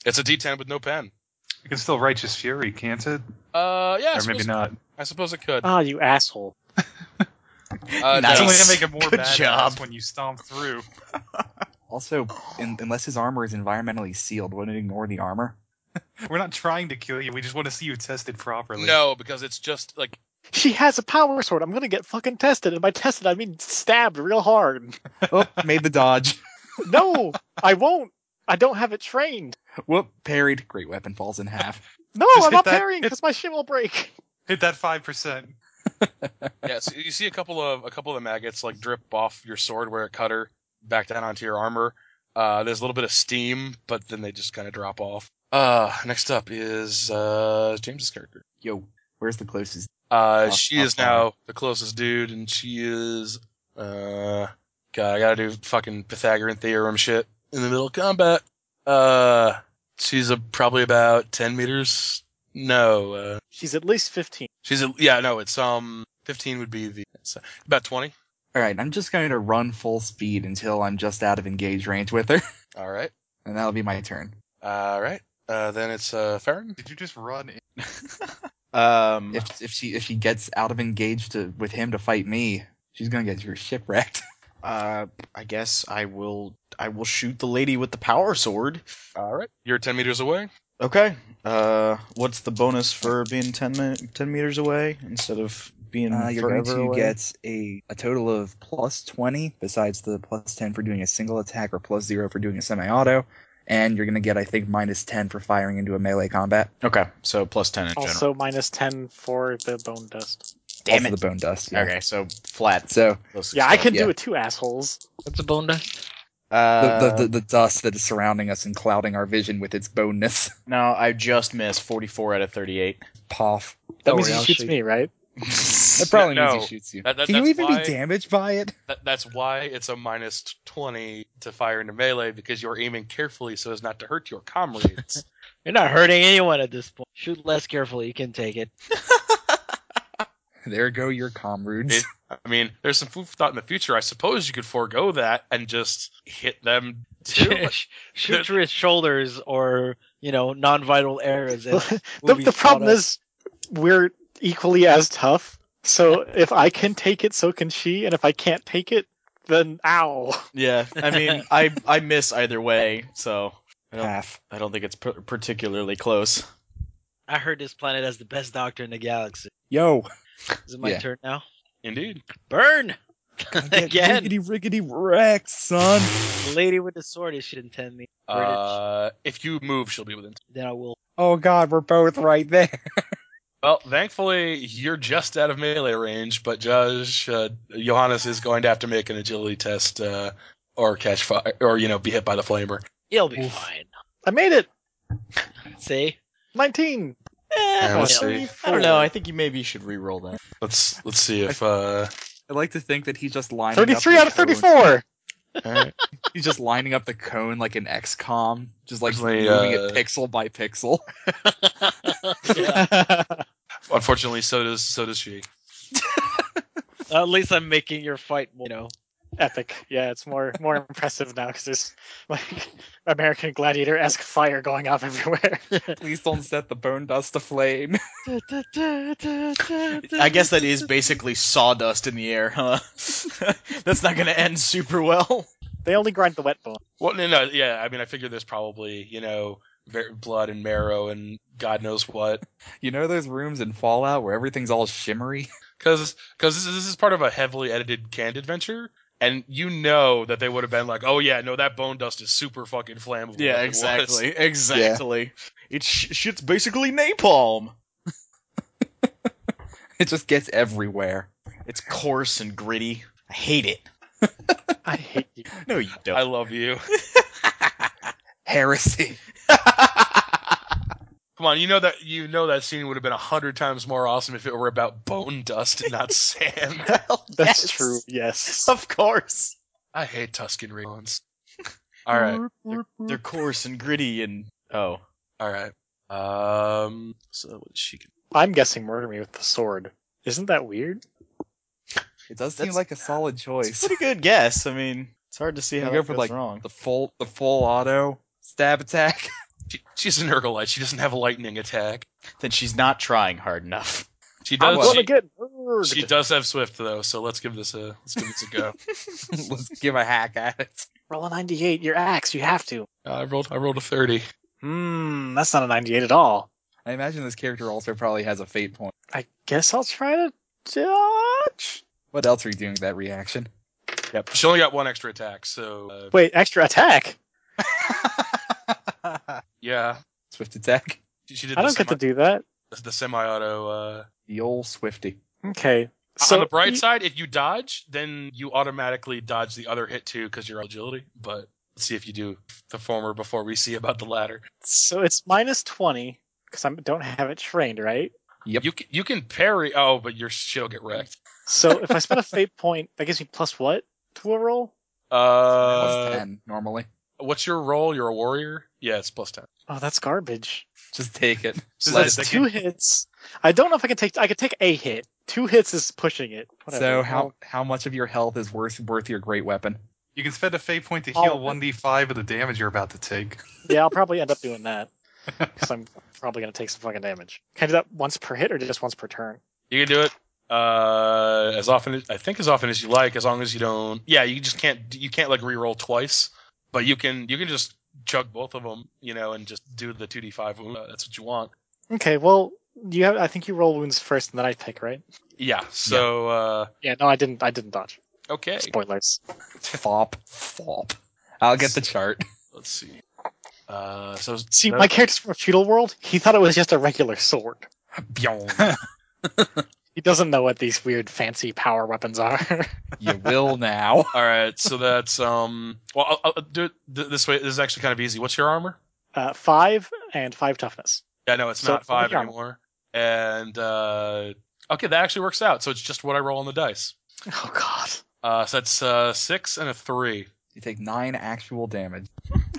It's a D10 with no pen. You can still righteous fury, can't it? Uh, yeah, I or maybe suppose, not. I suppose it could. Uh, Ah, you asshole. It's no. only gonna make it more Good badass job. when you stomp through. Also, in, unless his armor is environmentally sealed, wouldn't it ignore the armor? We're not trying to kill you. We just want to see you tested properly. No, because it's just like She has a power sword. I'm gonna get fucking tested, and by tested I mean stabbed real hard. Oh, made the dodge. No, I won't. I don't have it trained. Whoop, parried. Great weapon falls in half. No, Just I'm hit not that- parrying because my shit will break. Hit that five percent. yeah, so you see a couple of a couple of the maggots like drip off your sword where it cut her back down onto your armor. Uh, there's a little bit of steam, but then they just kind of drop off. Uh, next up is uh, James's character. Yo, where's the closest? Uh, Oh, she oh, is now the closest dude, and she is uh, God, I gotta do fucking Pythagorean theorem shit in the middle of combat. Uh, she's a, probably about ten meters. No, uh, She's at least 15. she's a, yeah, no, it's um, fifteen would be the it's, uh, about twenty. All right, I'm just going to run full speed until I'm just out of engage range with her, All right. and that'll be my turn. All right. Uh, then it's uh, Farron. Did you just run? In? Um, If if she if she gets out of engage to with him to fight me, she's going to get your shipwrecked. uh, I guess I will. I will shoot the lady with the power sword. All right. You're 10 meters away. Okay. Uh, what's the bonus for being 10, me- 10 meters away instead of being Uh, you're going forever to away? get a, a total of plus 20, besides the plus 10 for doing a single attack or plus 0 for doing a semi auto. And you're going to get, I think, minus 10 for firing into a melee combat. Okay, so plus ten in general. Also minus 10 for the bone dust. Damn also the bone dust. yeah. Okay, so flat. So Plus Yeah, I can yeah. do it too, assholes. What's a bone dust? Uh, the, the, the, the dust that is surrounding us and clouding our vision with its boneness. no, I just missed forty-four out of thirty-eight. Poff. That Oh, Don't means worry, he I'll shoots shoot. me, right? That probably no. means he shoots you. That- that- Can you that's even why- be damaged by it? That, that's why it's a minus 20 to fire into melee because you're aiming carefully so as not to hurt your comrades. You're not hurting anyone at this point. Shoot less carefully. You can take it. There go your comrades. It- I mean, there's some food for thought in the future. I suppose you could forego that and just hit them too. Sh- Shoot through his shoulders or you know non-vital areas. and the, we'll be the problem caught up. is we're equally as tough. So if I can take it, so can she. And if I can't take it, then ow. Yeah, I mean, I I miss either way, so I don't, Half. I don't think it's par- particularly close. I heard this planet has the best doctor in the galaxy. Yo. Is it my Yeah. turn now? Indeed. Burn Get again. Riggedy riggedy wrecked, son. The lady with the sword is shouldn't tend me. Where did she- Uh, if you move, she'll be within. Then I will. Oh god, we're both right there. Well, thankfully, you're just out of melee range, but Josh, uh, Johannes is going to have to make an agility test uh, or catch fire, or, you know, be hit by the flamer. It'll be fine. I made it. See, 19. Eh, we'll I see. don't- I don't know. I think you maybe should re-roll that. Let's let's see if uh, I like to think that he's just lining up 33 the out of cone. 34. He's just lining up the cone like an XCOM, just like Personally, moving uh, it pixel by pixel. unfortunately, so does so does she. at least I'm making your fight. more, You know, Epic. Yeah, it's more more impressive now because there's like American Gladiator esque fire going off everywhere. Please don't set the bone dust aflame. I guess that is basically sawdust in the air, huh? That's not going to end super well. They only grind the wet bone. Well, no, no, yeah. I mean, I figure there's probably you know ver- blood and marrow and God knows what, You know those rooms in Fallout where everything's all shimmery? because because this, is- this is part of a heavily edited canned adventure, and you know that they would have been like, oh yeah, no, that bone dust is super fucking flammable. Yeah, It was. exactly, exactly. It's sh- shit's basically napalm. It just gets everywhere. It's coarse and gritty. I hate it. I hate you. No, you I love you. Heresy. Come on, you know that you know that scene would have been a hundred times more awesome if it were about bone dust and not sand. Well, That's yes. true. Yes. Of course. I hate Tuscan Raiders. All right, They're coarse and gritty and oh, all right. Um, so what she can. I'm guessing murder me with the sword. Isn't that weird? It does seem That's- like a solid choice. it's a pretty good guess. I mean, it's hard to see You how go that for, goes like, wrong. The full the full auto stab attack. She, she's an Urgolite. She doesn't have a lightning attack. Then she's not trying hard enough. She I'm does. gonna She, get murdered. she does have Swift though, so let's give this a let's give this a go. Let's give a hack at it. Roll a 98. Your axe. You have to. Uh, I rolled. I rolled a thirty. Hmm. That's not a 98 at all. I imagine this character also probably has a fate point. I guess I'll try to dodge. What else are you doing with that reaction? She only got one extra attack, so uh, Wait, extra attack. yeah, Swift attack. she, she did. I the don't get semi, to do that. the semi-auto. Uh, The old Swifty. Okay. so So on the bright you- side, if you dodge, then you automatically dodge the other hit too because you're agility. But let's see if you do the former before we see about the latter. So it's minus twenty because I don't have it trained, right? Yep. You can, you can parry. Oh, but your she'll get wrecked. So if I spend a fate point, that gives me plus what to a roll? Plus Uh, ten normally. what's your role? You're a warrior. Yeah, it's plus ten. Oh, that's garbage. Just take it. So that that's second? two hits. I don't know if I can take. I could take a hit. Two hits is pushing it. Whatever. So how how much of your health is worth worth your great weapon? You can spend a fate point to All heal of it. one d five of the damage you're about to take. Yeah, I'll probably end up doing that because I'm probably gonna take some fucking damage. Can I do that once per hit or just once per turn? You can do it uh, as often. as- I think as often as you like, as long as you don't. Yeah, you just can't. You can't like re-roll twice, but you can. You can just chug both of them, you know, and just do the two d five. uh, That's what you want. Okay. Well, you have. I think you roll wounds first and then I pick, right? Yeah. So uh, Yeah. No, I didn't. I didn't dodge. okay, Spoilers. Fop, fop. I'll get the chart. let's see. Uh, so See, my character's from a feudal world. He thought it was just a regular sword. He doesn't know what these weird fancy power weapons are. You will now. all right. So that's um. Well, I'll, I'll do it th- this way. This is actually kind of easy. What's your armor? Uh, five and five toughness. Yeah, no, it's So not it's gonna five be armor. anymore. And uh, okay, that actually works out. So it's just what I roll on the dice. Oh God. Uh, so that's uh, six and a three. You take nine actual damage.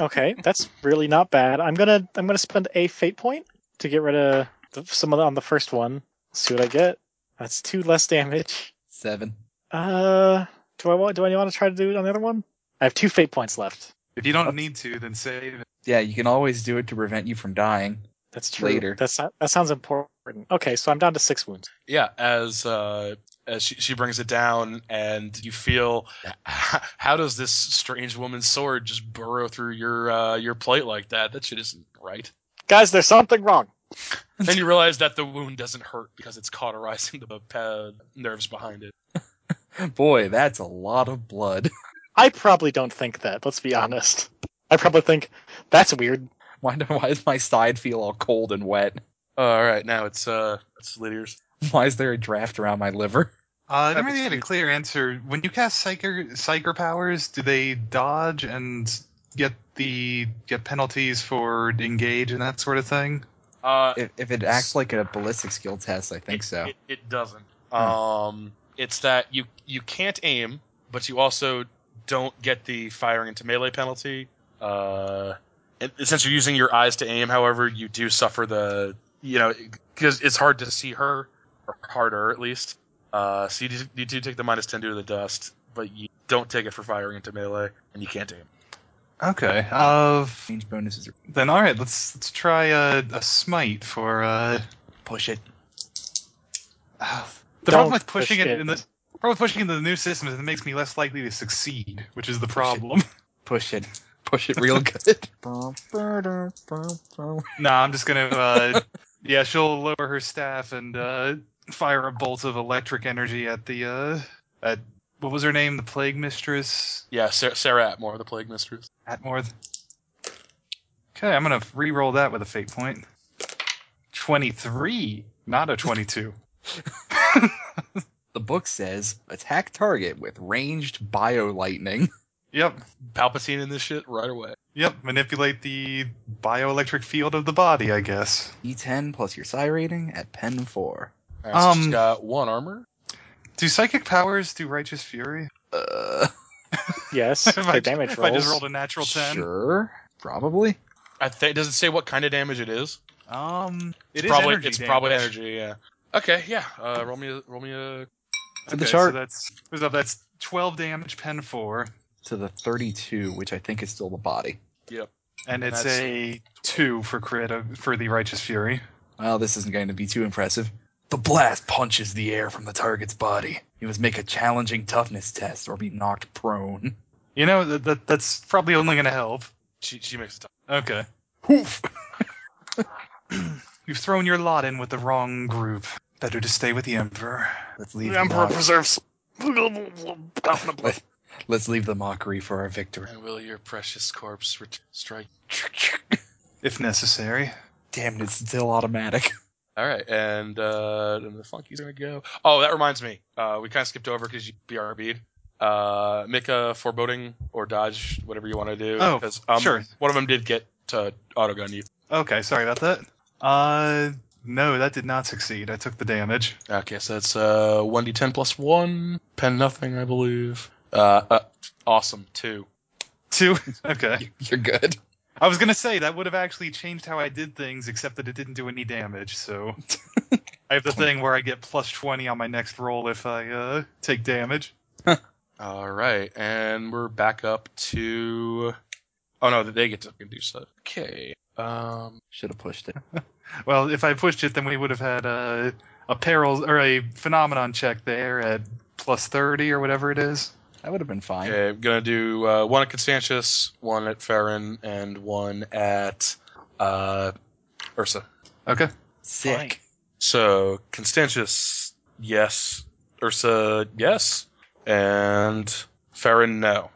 Okay, that's really not bad. I'm gonna I'm gonna spend a fate point to get rid of the, some of the, on the first one. Let's see what I get. That's two less damage. Seven. Uh, do I want do I want to try to do it on the other one? I have two fate points left. If you don't need to, then save it. Yeah, you can always do it to prevent you from dying. That's true. Later. That's that sounds important. Okay, so I'm down to six wounds. yeah as uh as she, she brings it down and you feel how does this strange woman's sword just burrow through your uh your plate like that that shit isn't right Guys, there's something wrong. then you realize that the wound doesn't hurt because it's cauterizing the uh, nerves behind it Boy, that's a lot of blood. I probably don't think that. Let's be honest. I probably think that's weird. Why, do, why does my side feel all cold and wet? all right now it's uh it's Lydia's. Why is there a draft around my liver? Uh, I didn't really get a clear answer. When you cast psyker psyker powers, do they dodge and get the get penalties for engage and that sort of thing? uh If, if it acts like a ballistic skill test, I think it, so. Hmm. It, it doesn't. Um, it's that you you can't aim, but you also don't get the firing into melee penalty. Uh, and since you're using your eyes to aim, however, you do suffer the you know because it's hard to see her or harder at least. Uh, so you do, you do take the minus ten due to the dust, but you don't take it for firing into melee, and you can't aim. Okay. Uh, Change bonuses. are- then all right. Let's let's try a, a smite for. Uh, Push it. uh, the problem Don't with pushing push it in the problem with pushing into the new system is it makes me less likely to succeed, which is the problem. Push it. Push it real good. No, I'm just gonna. Uh, yeah, she'll lower her staff and uh, fire a bolt of electric energy at the. Uh, at what was her name? The plague mistress. Yeah, Sarah, Sarah Atmore, the plague mistress. Atmore. Okay, I'm gonna re-roll that with a fate point. Twenty-three, not a twenty-two. the book says attack target with ranged bio lightning. Yep, Palpatine in this shit right away. yep. Manipulate the bioelectric field of the body, I guess. E10 plus your psi rating at pen four. All right, so she's Um, got one armor. Do psychic powers do righteous fury? Uh, Yes, If they're I- damage if rolls. I just rolled a natural ten. sure, probably. I think does it say what kind of damage it is? Um, It's it is probably energy it's damage. probably energy. Yeah. Okay. Yeah. Uh, roll me. A, roll me a. To the Okay, chart. So that's what's up? That's twelve damage, pen four, To the 32, which I think is still the body. and it's That's- a two for crit of- for the righteous fury. Well, this isn't going to be too impressive. The blast punches the air from the target's body. You must make a challenging toughness test or be knocked prone. You know that, that that's probably only going to help. She, she makes it. Okay, Hoof! you've thrown your lot in with the wrong group. Better to stay with the Emperor. Let's leave. the Emperor mock- preserves. Goblin Let's leave the mockery for our victory. And will your precious corpse ret- strike? If necessary. Damn, it's still automatic. All right, and uh, then the funky's gonna go. Oh, that reminds me. Uh, we kind of skipped over because you BRB'd. Uh, make a foreboding or dodge, whatever you want to do. Oh, 'cause, um, sure. One of them did get to autogun you. Okay, sorry about that. Uh, no, that did not succeed. I took the damage. Okay, so that's uh, 1d10 plus 1. Pen nothing, I believe. Uh, uh, awesome, 2. Two. Okay. You're good. I was gonna say that would have actually changed how I did things, except that it didn't do any damage. So I have the thing where I get plus twenty on my next roll if I uh, take damage. All right, and we're back up to. Oh no, they get to do stuff. Okay. Um, Should have pushed it. Well, if I pushed it, then we would have had a a peril or a phenomenon check there at plus thirty or whatever it is. That would have been fine. Okay, I'm gonna do uh, one at Constantius, one at Farron, and one at uh, Ursa. Okay. Sick. So Constantius, yes. Ursa, yes. And Farron, no.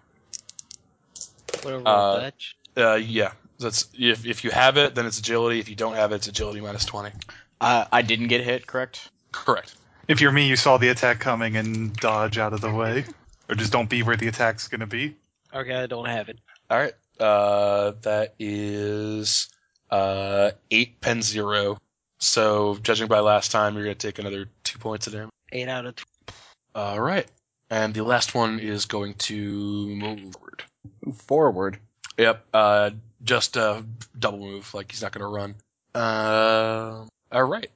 What a roll Uh, Dutch. Uh, yeah. That's if, if you have it, then it's agility. If you don't have it, it's agility minus twenty. Uh, I didn't get hit, correct? Correct. If you're me, you saw the attack coming and dodge out of the way, or just don't be where the attack's gonna be. Okay, I don't have it. All right. Uh, that is uh eight pen zero. So judging by last time, you're gonna take another two points of damage. Eight out of. Tw- All right. And the last one is going to move forward. Move forward. Yep. Uh, just uh, double move. Like he's not going to run. Uh, all right.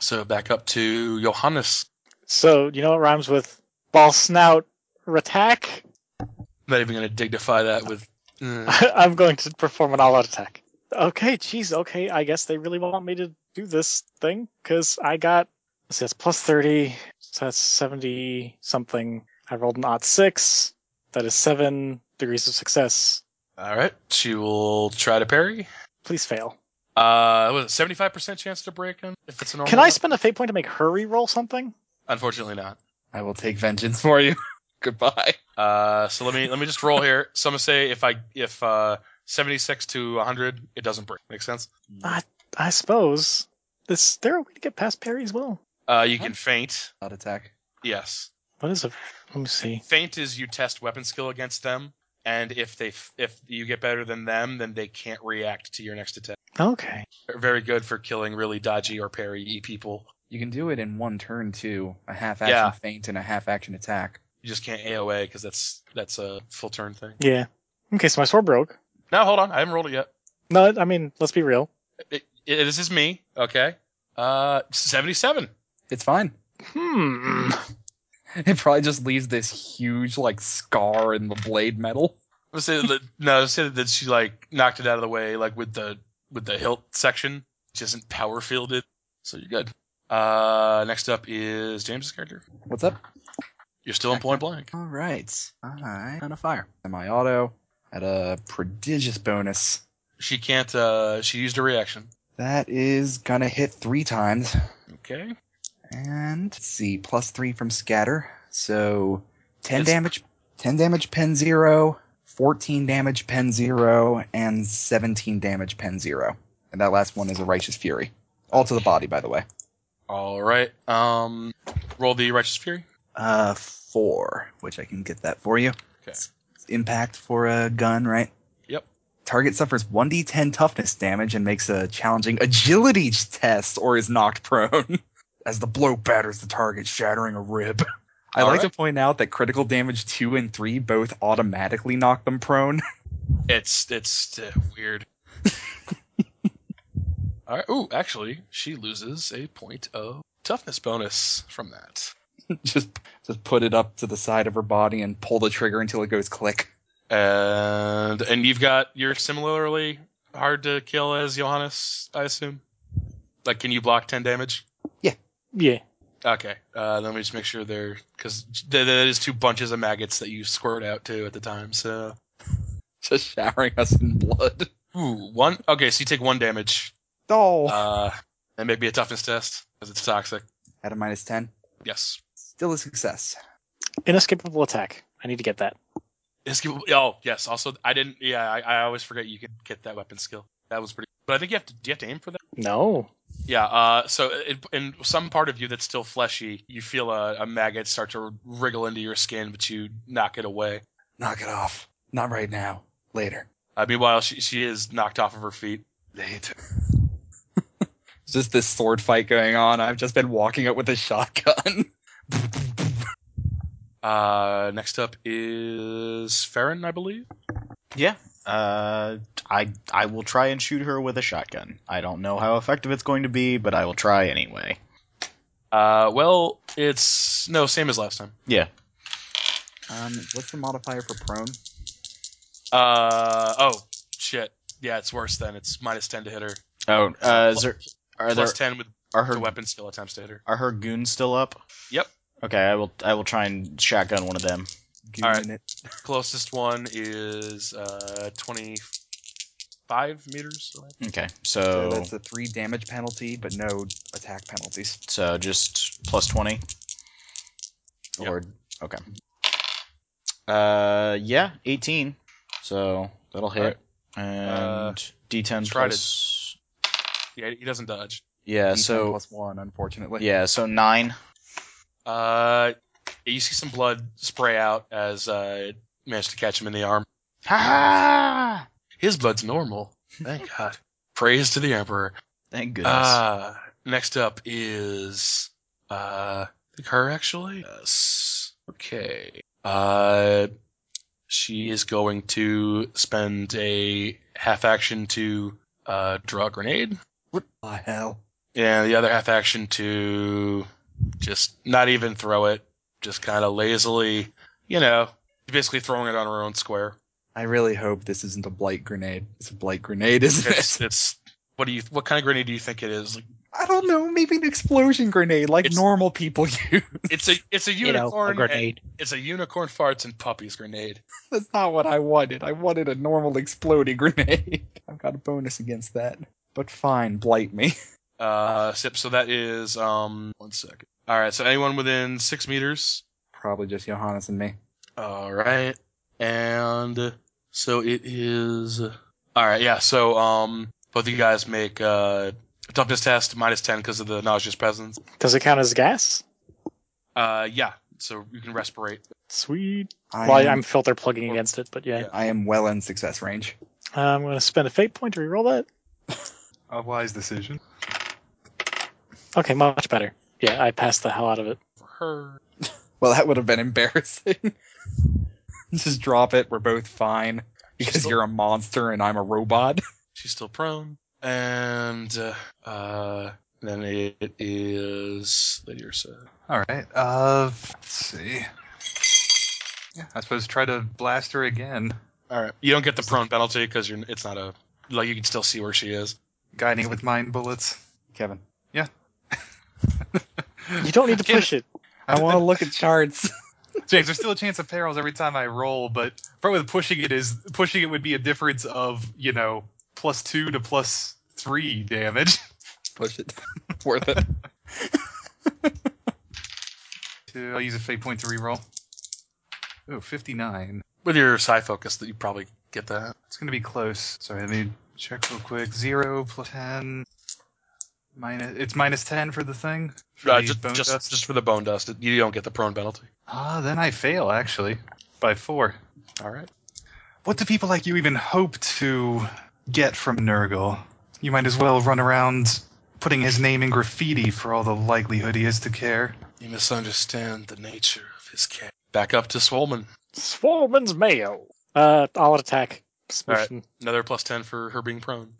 So back up to Johannes. So you know what rhymes with ball snout attack? Not even going to dignify that with. Mm. I'm going to perform an all-out attack. Okay, jeez. Okay, I guess they really want me to do this thing because I got. Let's see, that's plus thirty. So that's seventy something. I rolled an odd six. That is seven degrees of success. All right. She will try to parry. Please fail. Uh, was it seventy-five percent chance to break him if it's a normal? Can I roll? spend a fate point to make her re-roll something? Unfortunately, not. I will take vengeance for you. Goodbye. Uh, so let me let me just roll here. So I'm gonna say if I if uh seventy-six to hundred, it doesn't break. Make sense? I suppose. Is there a way to get past parry as well? Uh, you can faint. Not attack. Yes. What is a? Let me see. Faint is you test weapon skill against them, and if they f- if you get better than them, then they can't react to your next attack. Okay. They're very good for killing really dodgy or parry people. You can do it in one turn too. A half action Yeah. feint and a half action attack. You just can't AOA because that's that's a full turn thing. Yeah. Okay, so my sword broke. No, hold on, I haven't rolled it yet. No, I mean, let's be real. It, it, this is me. Okay. Uh, seventy-seven. It's fine. Hmm. It probably just leaves this huge like scar in the blade metal. Let's say that no, let's say that she like knocked it out of the way, like with the with the hilt section. She isn't power fielded, so you're good. Uh, next up is James's character. What's up? You're still in point blank. All right. I on a fire. Semi auto at a prodigious bonus. She can't. Uh, she used a reaction. That is gonna hit three times. Okay. And let's see, plus three from scatter. So ten Yes. damage ten damage pen zero, 14 damage pen zero, and seventeen damage pen zero. And that last one is a righteous fury. All to the body, by the way. All right. Um, roll the righteous fury. Uh four, which I can get that for you. It's- it's Impact for a gun, right? Yep. Target suffers 1d10 toughness damage and makes a challenging agility test or is knocked prone as the blow batters the target, shattering a rib. I All like right. to point out that critical damage 2 and 3 both automatically knock them prone. It's it's uh, weird. All right. Ooh, actually, she loses a point of toughness bonus from that. just just put it up to the side of her body and pull the trigger until it goes click. And and you've got you're similarly hard to kill as Johannes, I assume. Like, can you block ten damage? Yeah. Okay. Uh, let me just make sure they're because there there is two bunches of maggots that you squirt out to at the time. So Just showering us in blood. ooh, one. Okay, so you take one damage. Oh. Uh, and make me a toughness test because it's toxic. at a minus 10. Yes. Still a success. Inescapable attack. I need to get that. Escape- oh yes. Also, I didn't. Yeah, I, I always forget you can get that weapon skill. That was pretty. But I think you have to. Do you have to aim for that? No. Yeah. Uh, so in, in some part of you that's still fleshy, you feel a, a maggot start to wriggle into your skin, but you knock it away. Knock it off. Not right now. Later. Uh, meanwhile, she she is knocked off of her feet. Late. It's just this sword fight going on. I've just been walking up with a shotgun. Uh, next up is Farron, I believe. Uh, I I will try and shoot her with a shotgun. I don't know how effective it's going to be, but I will try anyway. Uh, well, it's no same as last time. Um, what's the modifier for prone? Uh oh, shit. Yeah, it's worse then. It's minus ten to hit her. Oh, uh, is there are there Plus ten with are the her weapon skill attempts to hit her. are her goons still up? Yep. Okay, I will I will try and shotgun one of them. Goon Alright. in it. Closest one is uh twenty five meters. away. Okay, so So that's a three damage penalty, but no attack penalties. so just plus twenty. Yep. Or okay. Uh, yeah, eighteen. So that'll hit. Alright. And D10 try to- plus. Yeah, he doesn't dodge. Yeah, D10 so plus one, unfortunately. yeah, so nine. Uh you see some blood spray out as uh managed to catch him in the arm. Ha! His blood's normal. Thank God. Praise to the Emperor. Thank goodness. Uh, next up is uh, I think her actually. Yes. Okay. Uh, she is going to spend a half action to uh, draw a grenade, What the hell? and the other half action to just not even throw it, just kind of lazily, you know, basically throwing it on her own square. I really hope this isn't a blight grenade. It's a blight grenade, isn't It's, it? it's what do you what kind of grenade do you think it is? Like, I don't know. Maybe an explosion grenade, like It's- normal people use. It's a it's a You know, unicorn. a and- grenade. It's a unicorn farts and puppies grenade. That's not what I wanted. I wanted a normal exploding grenade. I've got a bonus against that. But fine, blight me. Uh, sip. So that is um one second. All right. So anyone within six meters. Probably just Johannes and me. All right. And so it is. All right. Yeah. So um, both of you guys make uh toughness test minus ten because of the nauseous presence. Does it count as gas? Uh, yeah. So you can respirate. Sweet. I Well, I, am, I'm filter plugging against it, but yeah. Uh, I am well in success range. I'm going to spend a fate point to reroll that. A wise decision. Okay, much better. Yeah, I passed the hell out of it. For her. Well, that would have been embarrassing. just drop it. We're both fine. Because Still- you're a monster and I'm a robot. She's still prone. And uh, uh then it is Lady Ursa. All right. Uh, let's see. Yeah, I suppose try to blast her again. All right. You don't get the prone penalty because you're. It's not a. Like you can still see where she is. Guiding it with mind bullets. Kevin. You don't need to Can't- push it. I want to look at charts. James, there's still a chance of perils every time I roll, but part with pushing it is pushing it would be a difference of you know plus two to plus three damage. Push it. It's worth it. To I'll use a fate point to reroll. Oh, 59. With your psi focus, that you probably get that. It's gonna be close. Sorry, let me check real quick. Zero plus ten. Minus. It's minus ten for the thing. For Uh, the just, bone just, dust? just for the bone dust, you don't get the prone penalty. Ah, then I fail actually by four. All right. What do people like you even hope to get from Nurgle? You might as well run around putting his name in graffiti for all the likelihood he is to care. You misunderstand the nature of his care. Back up to Swolman. Swarman's mayo. Uh, I'll attack. All right. Smooshing. Another plus ten for her being prone.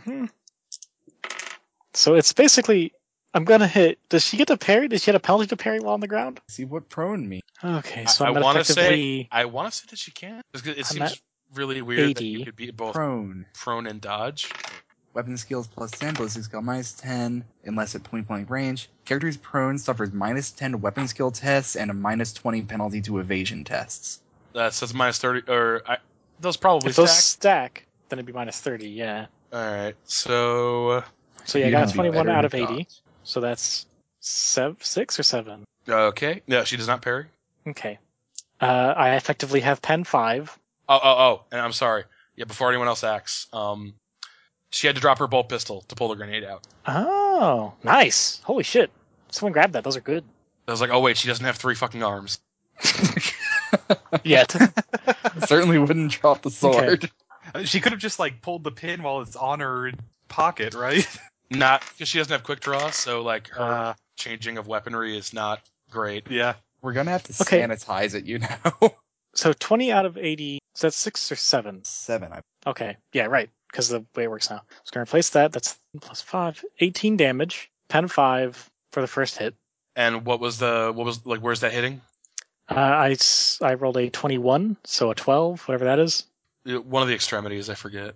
So it's basically I'm gonna hit. Does she get to parry? Does she get a penalty to parry while on the ground? See what prone means. Okay, I- so I I'm wanna effectively I want to say that she can. It's good- It I'm seems at really weird that you 80. could be both Prone. prone and dodge. Weapon skills plus 10, ballistic skill minus 10, unless at point blank range. Character is prone, suffers minus 10 to weapon skill tests, and a minus 20 penalty to evasion tests. That's that's minus thirty. Or I, those probably if those stack. stack, then it'd be minus thirty. Yeah. All right. So. uh, So yeah, I You got would a be twenty-one better out to of eighty. dodge. So that's sev- six or seven. uh, Okay. No, she does not parry. Okay. Uh, I effectively have pen five. Oh, oh, oh. And I'm sorry. Yeah, before anyone else acts, um, she had to drop her bolt pistol to pull the grenade out. Oh, nice! Holy shit! Someone grabbed that. Those are good. I was like, oh wait, she doesn't have three fucking arms. Yet. Certainly wouldn't drop the sword. Uh, She could have just like pulled the pin while it's on her pocket, right? Not because she doesn't have quick draw, so like her Uh. changing of weaponry is not great. yeah. We're gonna have to Okay. sanitize it, you know. So twenty out of eighty. So that's six or seven. Seven. I Okay. Yeah, right. Because the way it works now. So gonna replace that. That's plus five. Eighteen damage. Pen five for the first hit. And what was the what was like? Where's that hitting? Uh, I s- I rolled a twenty-one, so a twelve, whatever that is. Uh, One of the extremities, I forget.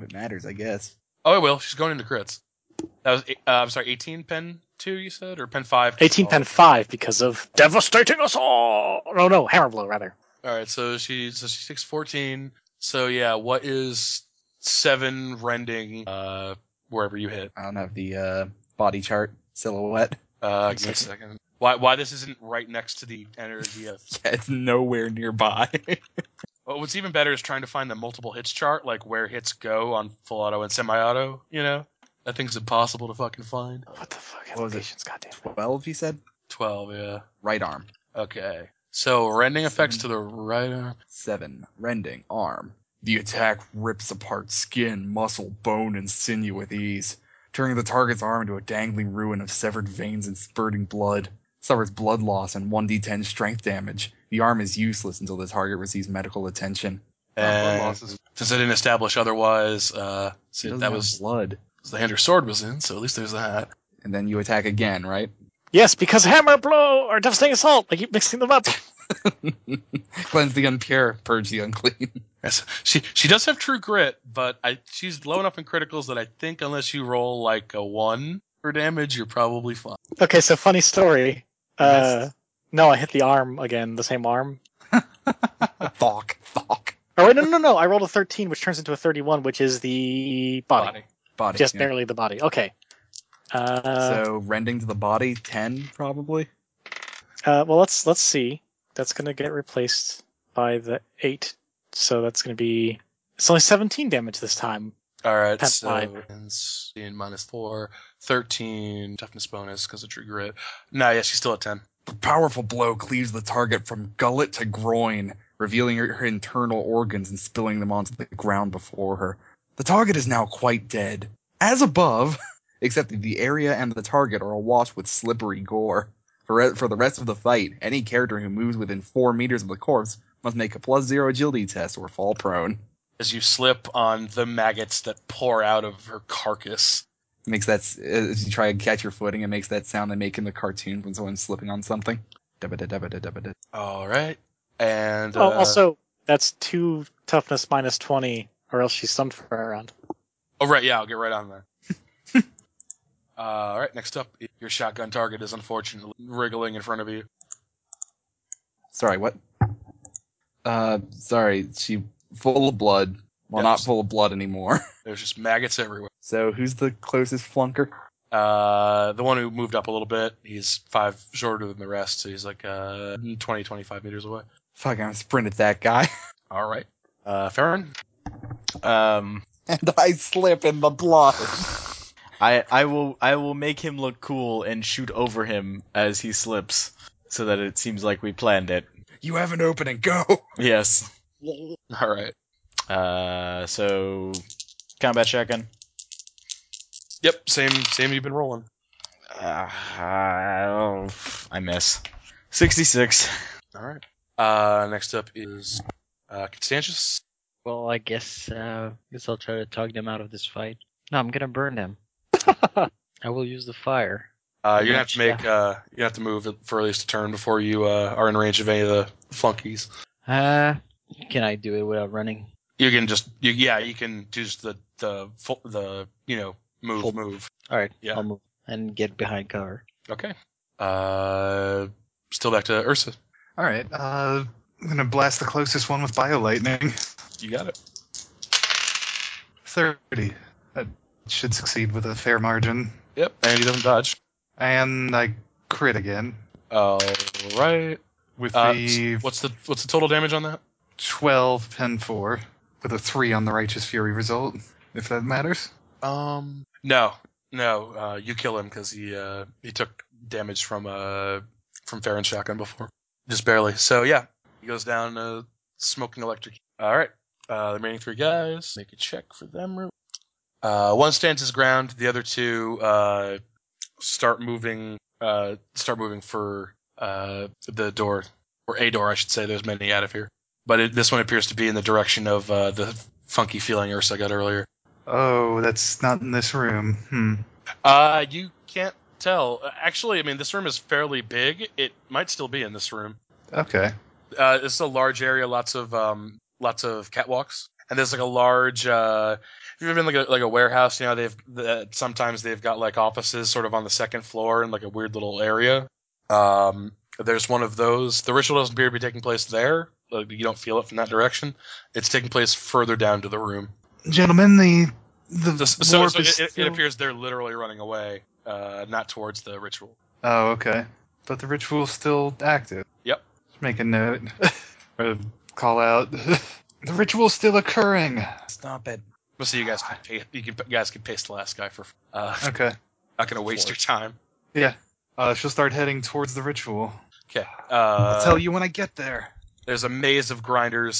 it matters, I guess. Oh, I will. She's going into crits. That was eight- uh, I'm sorry, 18 pen two you said or pen five? Eighteen Oh. pen five because of devastating us all. Oh no, hammer blow rather. All right, so she so she takes 14. So yeah, what is seven rending? Uh, wherever you hit. I don't have the uh, body chart silhouette. Uh, give me a second. Why why this isn't right next to the energy of? Yeah, it's nowhere nearby. Well, what's even better is trying to find the multiple hits chart, like where hits go on full auto and semi auto. You know, that thing's impossible to fucking find. What the fuck? What was it? Applications, goddamn. Twelve, you said. Twelve, yeah. Right arm. Okay. So rending effects to the right Uh, arm. Seven. Rending arm. The attack rips apart skin, muscle, bone, and sinew with ease, turning the target's arm into a dangling ruin of severed veins and spurting blood. Suffers blood loss and 1d10 strength damage. The arm is useless until the target receives medical attention. Uh, And blood losses. since I didn't establish otherwise, uh, It see, doesn't that have was blood. the hand her sword was in, so at least there's that. And then you attack again, right? Yes, because hammer blow or devastating assault. I keep mixing them up. Cleanse the unpure, purge the unclean. Yes. She she does have true grit, but I she's low enough in criticals that I think unless you roll like a one for damage, you're probably fine. Okay, so funny story. Uh, Missed. no, I hit the arm again, the same arm. Thok, thok. Oh wait, no, no, no, no. I rolled a thirteen, which turns into a thirty-one, which is the body, Body. just yeah. barely the body. Okay. Uh, so rending to the body, ten probably. uh, well, let's let's see. That's gonna get replaced by the eight, so that's gonna be it's only seventeen damage this time. All right, That's so fine. and s- being minus four, 13 toughness bonus because of true grit. Nah, yeah, she's still at ten. The powerful blow cleaves the target from gullet to groin, revealing her, her internal organs and spilling them onto the ground before her. The target is now quite dead, as above, except that the area and the target are awash with slippery gore. For, re- for the rest of the fight, any character who moves within four meters of the corpse must make a plus zero agility test or fall prone. As you slip on the maggots that pour out of her carcass. makes that s- as you try and catch your footing, it makes that sound they make in the cartoons when someone's slipping on something. Dubba-da-dubba-da-dubba-da. All right, and Oh, uh, also that's two toughness minus twenty, or else she's stunned for a round. Oh right, yeah, I'll get right on that. uh, all right, next up, your shotgun target is unfortunately wriggling in front of you. Sorry, what? Uh, sorry, she full of blood. Well, Yeah, not just- full of blood anymore. There's just maggots everywhere. So who's the closest flunker? Uh, the one who moved up a little bit, he's five shorter than the rest, so he's like uh 20, 25 meters away. Fuck, I'm sprint at that guy, All right, uh, Farron. Um, and I slip in the blood. I I will I will make him look cool and shoot over him as he slips, so that it seems like we planned it. You have an opening. Go. Yes. All right. Uh, so combat shotgun. Yep, same same you've been rolling. Uh, oh, I miss. Sixty-six. All right. Uh, next up is uh Constantius. Well, I guess uh, guess I'll try to tug them out of this fight. No, I'm gonna burn them. I will use the fire. Uh, you're gonna have to make uh you have to move for at least a turn before you uh are in range of any of the flunkies. Uh, can I do it without running? You can just you, yeah, you can do just the the full, the you know move move. All right, Yeah. I'll move and get behind cover. Okay. Uh, still back to Ursa. All right. Uh, I'm gonna blast the closest one with bio lightning. You got it. Thirty. That should succeed with a fair margin. Yep. And he doesn't dodge. and I crit again All right. with Uh, the what's the what's the total damage on that? 12 pen 4 with a 3 on the righteous fury result if that matters Um, no, no. Uh, you kill him because he uh, he took damage from uh from Farron's shotgun before, just barely. So yeah, he goes down uh, smoking electric. All right. Uh, the remaining three guys make a check for them. real- Uh, one stands his ground. The other two uh start moving. Uh, start moving for uh the door or a door, I should say. There's many out of here, but it, this one appears to be in the direction of uh, the funky feeling Ursa got earlier. oh that's not in this room hmm Uh, you can't tell. Uh, Actually, I mean, this room is fairly big. It might still be in this room. okay Uh, it's a large area, lots of um, lots of catwalks, and there's like a large. Uh, if you've ever been like a, like a warehouse, you know they've the, sometimes they've got like offices sort of on the second floor in like a weird little area. Um, there's one of those. The ritual doesn't appear to be taking place there. Like, you don't feel it from that direction. It's taking place further down to the room. gentlemen the the So, so, warp so is it, it still- appears they're literally running away, uh, not towards the ritual. oh okay but the ritual's still active Yep. Just make a note or call out the ritual's still occurring Stop it. We'll see. You guys can pay, you can, you guys can paste the last guy for. Uh, okay not gonna waste your time. uh, she'll start heading towards the ritual Okay. i'll Uh, tell you when i get there There's a maze of grinders,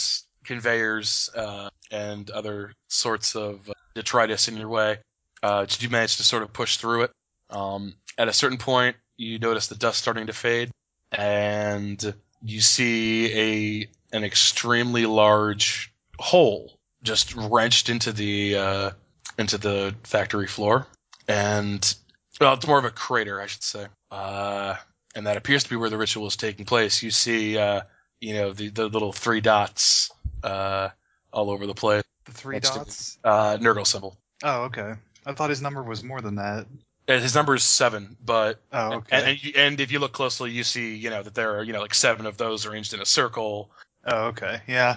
conveyors, uh, and other sorts of uh, detritus in your way. Uh, did you manage to sort of push through it? Um, at a certain point, you notice the dust starting to fade, and you see a an extremely large hole just wrenched into the uh, into the factory floor, and well, it's more of a crater, I should say. Uh, and that appears to be where the ritual is taking place. You see. Uh, you know the, the little three dots uh, all over the place. the three Next to- dots Uh, Nurgle symbol. oh okay i thought his number was more than that And Uh, his number is seven, but oh and- okay and, you- and if you look closely, you see you know that there are you know like seven of those arranged in a circle. oh okay yeah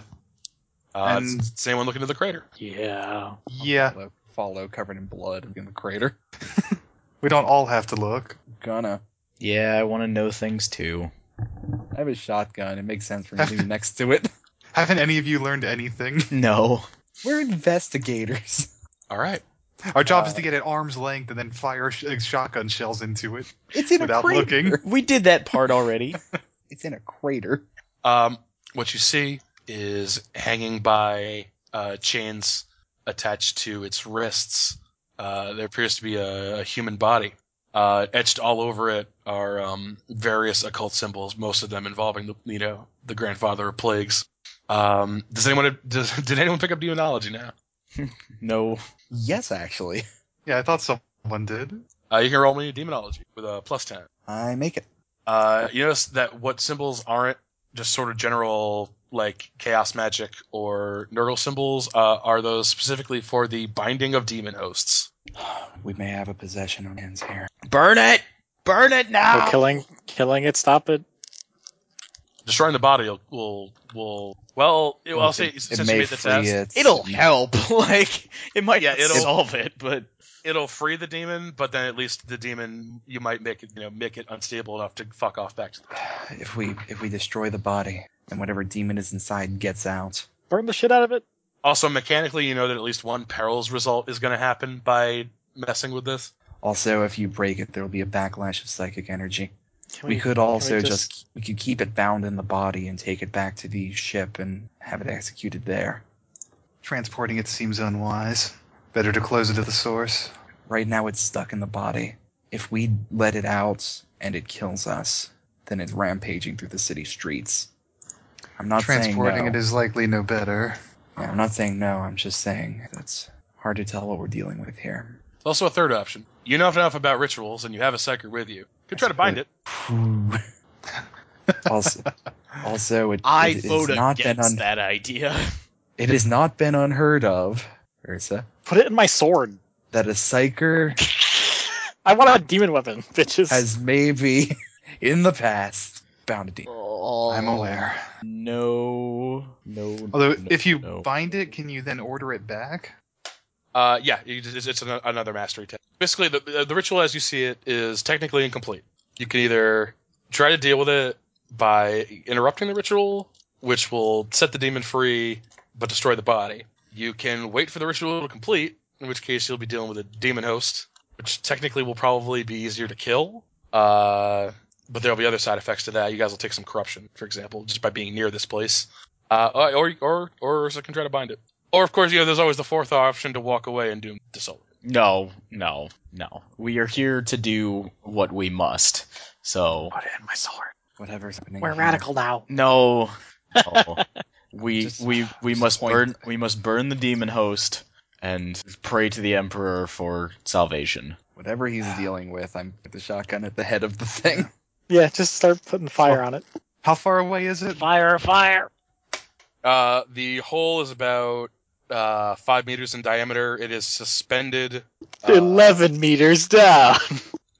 Uh, And- it's, it's anyone looking to the crater. Yeah. yeah Follow, follow covered in blood in the crater. we don't all have to look Gonna. Yeah, I want to know things too. I have a shotgun. It makes sense for me to be next to it. Haven't any of you learned anything? No. We're investigators. All right. Our job Uh. is to get at arm's length and then fire sh- shotgun shells into it It's in without a crater. looking. We did that part already. It's in a crater. Um, what you see is hanging by uh, chains attached to its wrists. Uh, there appears to be a, a human body. Uh, etched all over it are um, various occult symbols, most of them involving the you know the grandfather of plagues. Um, does anyone does, did anyone pick up demonology now? no. Yes, actually. Yeah, I thought someone did. Uh, you can roll me demonology with a plus ten. I make it. Uh, you notice that what symbols aren't just sort of general like chaos magic or nurgle symbols uh, are those specifically for the binding of demon hosts. We may have a possession on hands here. Burn it! Burn it now! Oh, killing, killing it. Stop it. Destroying the body will will, will well it, I'll say It- since it you may made the free test, its- It'll help. like it might Yeah, not it'll- solve it, but it'll free the demon, but then at least the demon you might make it you know make it unstable enough to fuck off back to the If we if we destroy the body, then whatever demon is inside gets out. Burn the shit out of it. Also mechanically you know that at least one perils result is gonna happen by messing with this. Also, if you break it, there will be a backlash of psychic energy. Can We, could can we also just... we could keep it bound in the body and take it back to the ship and have it executed there. Transporting it seems unwise. Better to close it at the source. Right now, it's stuck in the body. If we let it out and it kills us, then it's rampaging through the city streets. I'm not Transporting saying no. it is likely no better. Yeah, I'm not saying no. I'm just saying it's hard to tell what we're dealing with here. It's also a third option. You know enough about rituals, and you have a psyker with you. Could try to bind it. also, also, it, I it, vote has not been against un- that idea. it has not been unheard of, Ursa, Put it in my sword. that a psyker I want a demon weapon, bitches. has maybe in the past bound a demon. I'm Oh. aware. No, no. Although, no, if you no. bind it, can you then order it back? Uh, yeah, you just, it's, it's an, another mastery test. basically the the ritual as you see it is technically incomplete. You can either try to deal with it by interrupting the ritual, which will set the demon free but destroy the body. You can wait for the ritual to complete, in which case you'll be dealing with a demon host, which technically will probably be easier to kill. Uh, but there'll be other side effects to that. You guys will take some corruption, for example, just by being near this place. Uh, or or or or so can try to bind it. Or of course, you know, there's always the fourth option to walk away and doom disorder. No, no, no. We are here to do what we must. So Put in my sword. Whatever's happening. We're here. radical now. no, no. we Just- we we just must point. burn we must burn the demon host and pray to the emperor for salvation. Whatever he's dealing with, I'm with the shotgun at the head of the thing. Yeah, just start putting Oh. fire on it. How far away is it? Fire, fire! Uh, the hole is about uh, five meters in diameter. It is suspended. Uh, Eleven meters down.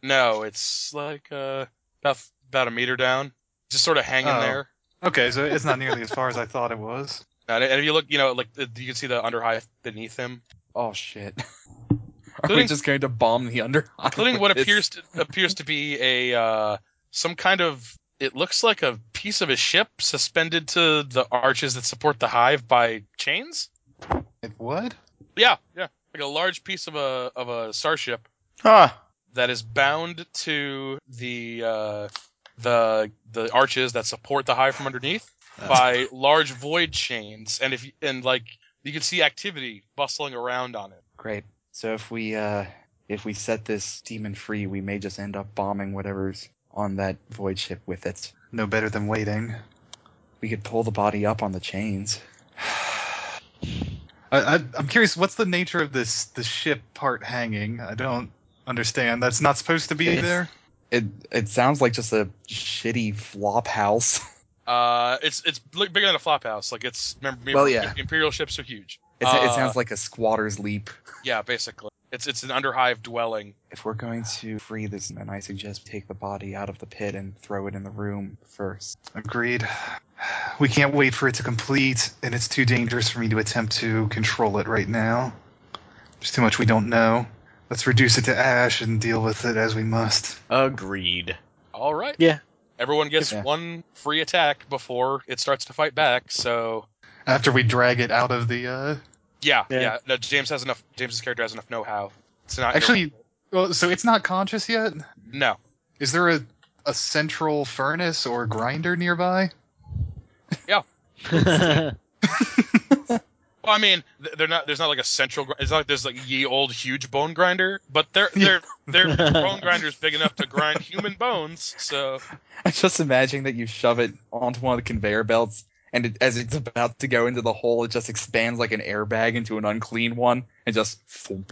No, it's like uh, about about a meter down, just sort of hanging Oh. there. Okay, so it's not nearly as far as I thought it was. And, and if you look, you know, like the- you can see the underhive beneath him, Oh shit. Are we Including- just going to bomb the under? including with what this? appears to, appears to be a uh, some kind of. It looks like a piece of a ship suspended to the arches that support the hive by chains. Like what? Yeah, yeah, like a large piece of a of a starship Huh. that is bound to the uh, the the arches that support the hive from underneath by large void chains, and if you- and like you can see activity bustling around on it. Great. So if we uh if we set this demon free, we may just end up bombing whatever's on that void ship with it. No better than waiting. We could pull the body up on the chains. I, I, I'm curious, what's the nature of this the ship part hanging? I don't understand. That's not supposed to be It's- there. It it sounds like just a shitty flop house. Uh, it's it's li- bigger than a flop house. Like it's remember, Well, yeah. imperial ships are huge. It's, it Uh, sounds like a squatter's leap. Yeah, basically, it's it's an underhive dwelling. If we're going to free this man, I suggest we take the body out of the pit and throw it in the room first. Agreed. We can't wait for it to complete, and it's too dangerous for me to attempt to control it right now. There's too much we don't know. Let's reduce it to ash and deal with it as we must. Agreed. All right. Yeah. Everyone gets Yeah. one free attack before it starts to fight back. So After we drag it out of the, uh, yeah, yeah. Yeah. No, James has enough. James's character has enough know-how. It's not actually, well, so it's not conscious yet. no. Is there a a central furnace or grinder nearby? Well, I mean, th- they're not. There's not like a central. gr- It's not like there's like ye old huge bone grinder, but they're they're they're bone grinders big enough to grind human bones. So I'm just imagining that you shove it onto one of the conveyor belts, and it, as it's about to go into the hole, it just expands like an airbag into an unclean one, and just thump.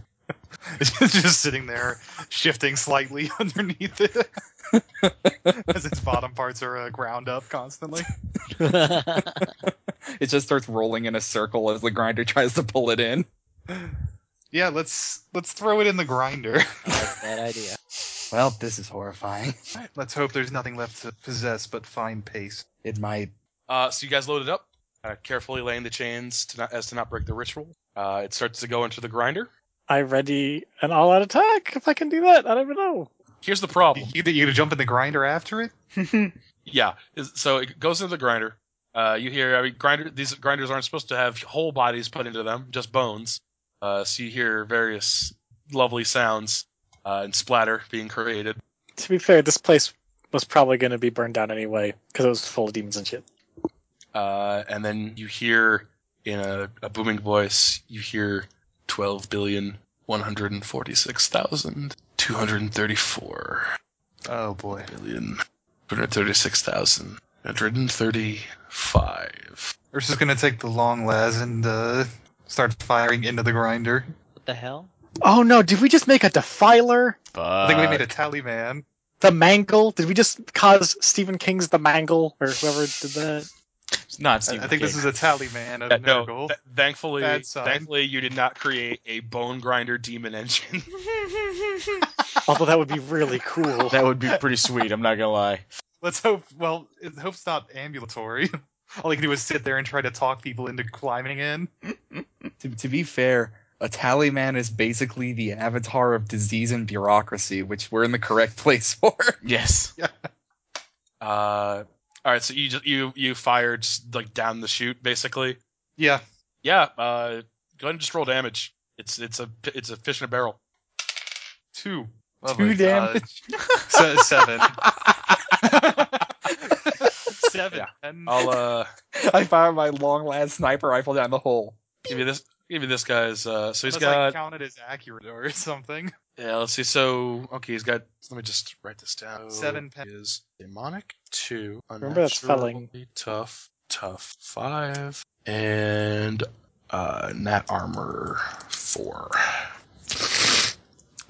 It's just sitting there, shifting slightly underneath it as its bottom parts are uh, ground up constantly. it just starts rolling in a circle as the grinder tries to pull it in. Yeah, let's let's throw it in the grinder. Bad idea. Well, this is horrifying. Let's hope there's nothing left to possess but fine pace. It might. Uh, so you guys load it up, uh, carefully laying the chains to not, as to not break the ritual. Uh, it starts to go into the grinder. I ready an all-out attack if I can do that. I don't even know. Here's the problem. You you jump in the grinder after it? Yeah, is- so it goes into the grinder. Uh, you hear, I mean, grinder. These grinders aren't supposed to have whole bodies put into them, just bones. Uh, so you hear various lovely sounds uh, and splatter being created. To be fair, this place was probably going to be burned down anyway because it was full of demons and shit. Uh, and then you hear in a, a booming voice, you hear twelve billion one hundred and forty six thousand two hundred and thirty four Oh boy. billion one hundred thirty six thousand one hundred and thirty five. We're just gonna take the long las and uh, start firing into the grinder. What the hell? Oh no! Did we just make a defiler? I think we made a tally man. The mangle? Did we just cause Stephen King's The Mangle or whoever did that? It's not I, I Stephen think this King. is a tally man. Of no, Nurgle. th- thankfully, Bad sign. thankfully you did not create a bone grinder demon engine. Although that would be really cool. that would be pretty sweet. I'm not gonna lie. Let's hope. Well, it, hope's not ambulatory. All you can do is sit there and try to talk people into climbing in. To, to be fair, a tallyman is basically the avatar of disease and bureaucracy, which we're in the correct place for. Yes. Uh, all right, so you just, you you fired like down the chute basically. Yeah. Yeah. Uh, go ahead and just roll damage. It's it's a it's a fish in a barrel. Two. Lovely. Two damage. Uh, se- seven. seven. And- I'll uh I fired my long last sniper rifle down the hole. give you this give you this guy's uh so he's Unless got I count it as accurate or something. Yeah, let's see. So, okay, he's got. Let me just write this down. Seven pen- is demonic. Two. Remember that's unnaturally Tough. Tough. Five. And uh, nat armor. Four.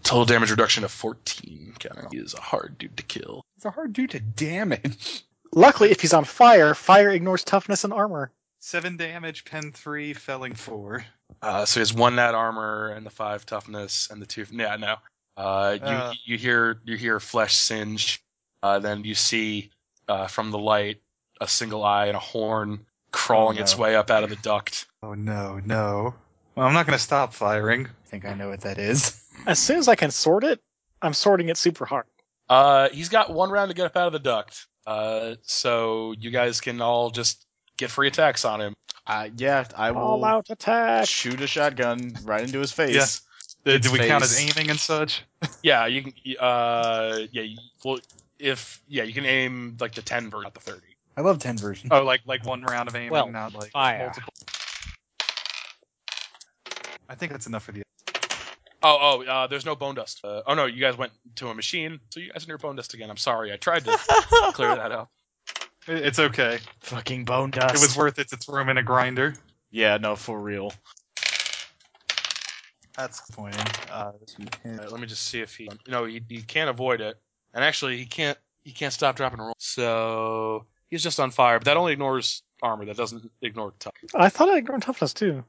Total damage reduction of 14. Counting. He is a hard dude to kill. It's a hard dude to damage. Luckily, if he's on fire, fire ignores toughness and armor. Seven damage, pen three, felling four. Uh, so he has one nat armor and the five toughness and the two. Yeah, no. Uh, you Uh. you hear you hear flesh singe. Uh, then you see uh, from the light a single eye and a horn crawling Oh, no. its way up out of the duct. Oh no, no. Well, I'm not going to stop firing. I think I know what that is. As soon as I can sort it, I'm sorting it super hard. Uh, he's got one round to get up out of the duct. Uh, so you guys can all just get free attacks on him. Uh, yeah, I Oh. All will out attack. shoot a shotgun right into his face. Yeah. Did Its we count as face- aiming and such? Yeah, you can. Uh, yeah, you, well, if yeah, you can aim like the ten version, not the thirty. I love 10 version. Oh, like like one round of aiming, Well, not like fire. multiple. I think that's enough for the. Oh, oh, uh, there's no bone dust. Uh, oh no, you guys went to a machine, so you guys are near bone dust again. I'm sorry, I tried to clear that up. It- It's okay. Fucking bone dust. It was worth it to throw him in a grinder. yeah, no, for real. That's disappointing. Uh, All right, let me just see if he. No, he, he can't avoid it, and actually, he can't. He can't stop dropping roll. So he's just on fire, but that only ignores armor. That doesn't ignore tough. I thought I ignored toughness too.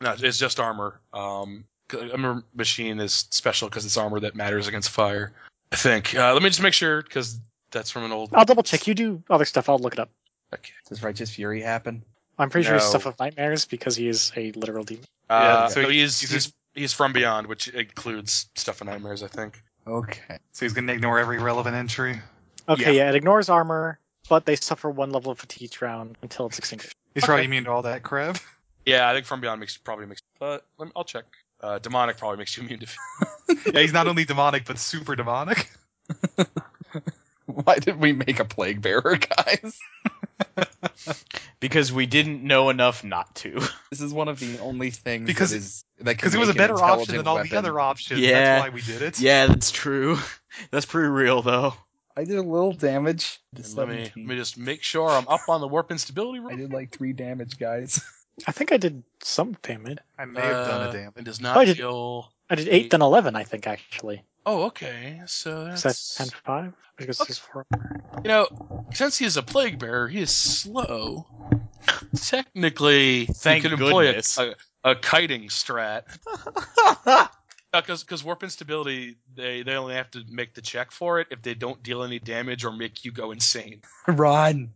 No, it's just armor. Um, 'cause I remember machine is special because it's armor that matters against fire. I think. Uh, let me just make sure because that's from an old. uh, I'll double check. You do other stuff. I'll look it up. Does Righteous Fury happen? I'm pretty sure it's No. stuff of nightmares because he is a literal demon. Uh, Yeah, so so he's he's- he's he's from beyond, which includes stuff in nightmares. I think. Okay. so he's going to ignore every relevant entry. Okay, yeah. it ignores armor, but they suffer one level of fatigue each round until it's extinguished. He's probably immune to all that crap. Yeah, I think From Beyond makes probably makes. But let me, I'll check. Uh, demonic probably makes you immune to. yeah, he's not only demonic but super demonic. Why did we make a plague bearer, guys? Because we didn't know enough not to. This is one of the only things Because- that is that Because can it was a make an better option intelligent than all the weapon. other options. Yeah. That's why we did it. yeah, that's true. That's pretty real though. I did a little damage. to And Let me let 17. me just make sure I'm up on the warp instability roll. I did like three damage, guys. I think I did some damage. I may have done Uh, a damage. It does I not did- kill. I did Eight. eight, then eleven. I think actually. Oh, okay. So So that's, that's ten five. Which goes to Okay. four. you know, since he is a plague bearer, he is slow. Technically, Thank you could employ a, goodness. a, a kiting strat. Because warp instability, they they only have to make the check for it if they don't deal any damage or make you go insane. Run.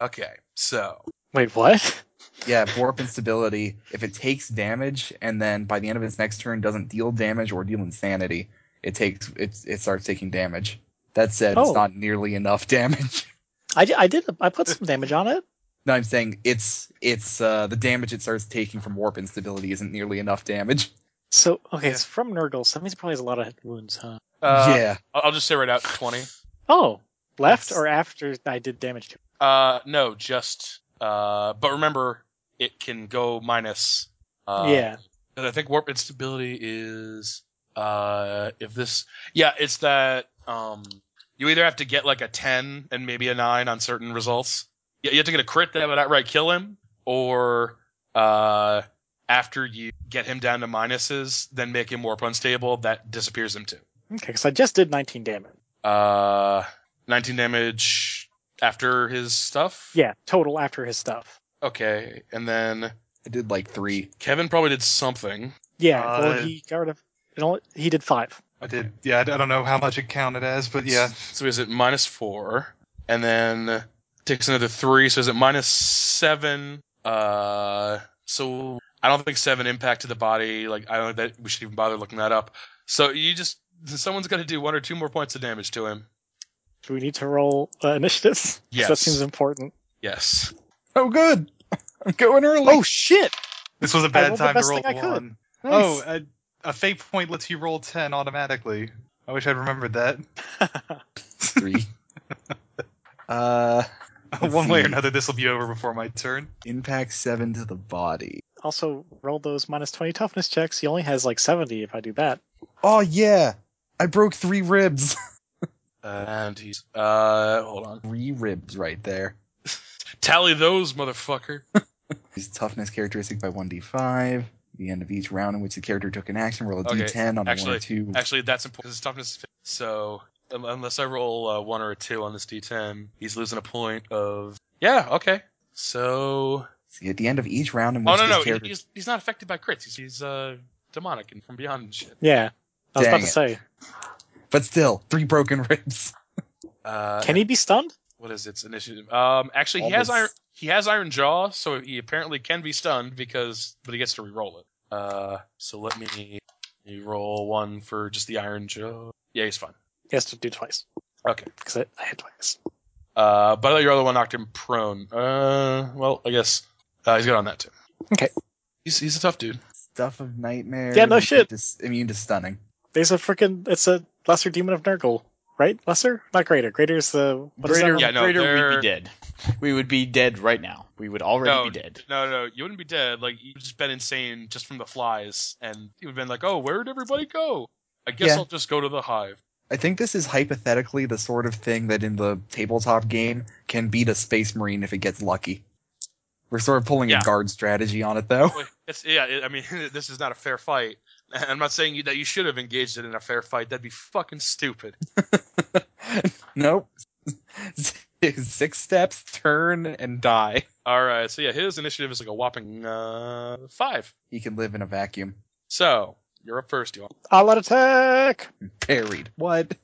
Okay, so Wait, what? Yeah, warp instability. If it takes damage and then by the end of its next turn doesn't deal damage or deal insanity, it takes it it starts taking damage. That said, Oh. it's not nearly enough damage. I, di- I did. I put some damage on it. No, I'm saying it's it's uh, the damage it starts taking from warp instability isn't nearly enough damage. So okay, it's from Nurgle. So that means it probably has a lot of wounds, huh? uh, yeah, I'll I'll just say right out twenty. Oh, left That's- or after I did damage to. it? Uh, no, just uh, but remember it can go minus. Uh, yeah. and I think warp instability is uh, if this, yeah, it's that um, you either have to get like a ten and maybe a nine on certain results. Yeah, you have to get a crit that would outright kill him, or uh, after you get him down to minuses, then make him warp unstable. That disappears him too. Okay, because I just did nineteen damage. Uh, 19 damage after his stuff. Yeah, total after his stuff. Okay, and then I did like three. Kevin probably did something. Yeah, Uh, well, he got rid of. It only, he did five. I did. Yeah, I I don't know how much it counted as, but yeah. So is it minus four, and then takes another three. So is it minus seven? Uh, so I don't think seven impact to the body. Like I don't that we should even bother looking that up. So you just someone's got to do one or two more points of damage to him. Do we need to roll uh, initiatives? 'Cause That Yes. seems important. Yes. Oh, good. I'm going early. Oh shit! This was a bad rolled the time to best roll thing I could. one. Nice. Oh, a, a fate point lets you roll ten automatically. I wish I'd remembered that. three. uh, One way or another, this will be over before my turn. impact seven to the body. Also, roll those minus twenty toughness checks. He only has like seventy. If I do that, Oh yeah, I broke three ribs. and he's uh hold on. three ribs right there. Tally those, motherfucker. His toughness characteristic by one d five. The end of each round in which the character took an action, roll a Okay, ten on the one actually- or two. Actually, that's important because his toughness is 50. So, un- unless I roll uh, one or a two on this d10, he's losing a point of. Yeah, okay. So. See, at the end of each round in which Oh, no, the no. he- character He's, he's not affected by crits. He's, he's uh, demonic and from beyond and shit. yeah. I was Dang about it. to say, But still, three broken ribs. Uh, can he be stunned? What is its initiative? Um, actually, he has, Almost. iron, he has Iron Jaw, so he apparently can be stunned because. But he gets to reroll it. Uh, so let me let me roll one for just the Iron Jaw. Yeah, he's fine. He has to do twice. Okay. Because I, I hit twice. Uh, but I thought your other one knocked him prone. Uh, well, I guess uh, he's good on that too. Okay. He's he's a tough dude. Stuff of nightmare. Yeah, no shit. Dis- immune to stunning. There's a freaking. It's a lesser demon of Nurgle, right? Lesser, not greater. Greater is the what is that greater, one? Yeah, no, greater we'd they're- be dead. We would be dead right now. We would already No. be dead. No, no, you wouldn't be dead. Like you've just been insane just from the flies, and you would have been like, oh, where'd everybody go? I guess Yeah. I'll just go to the hive. I think this is hypothetically the sort of thing that in the tabletop game can beat a space marine if it gets lucky. We're sort of pulling Yeah. a guard strategy on it though. Like, It's yeah. It, I mean, this is not a fair fight. And I'm not saying you, that you should have engaged it in a fair fight. That'd be fucking stupid. nope. Six steps, turn, and die. All right. So yeah, his initiative is like a whopping uh, five. He can live in a vacuum. So you're up first, you all. I'll let attack. Buried. What?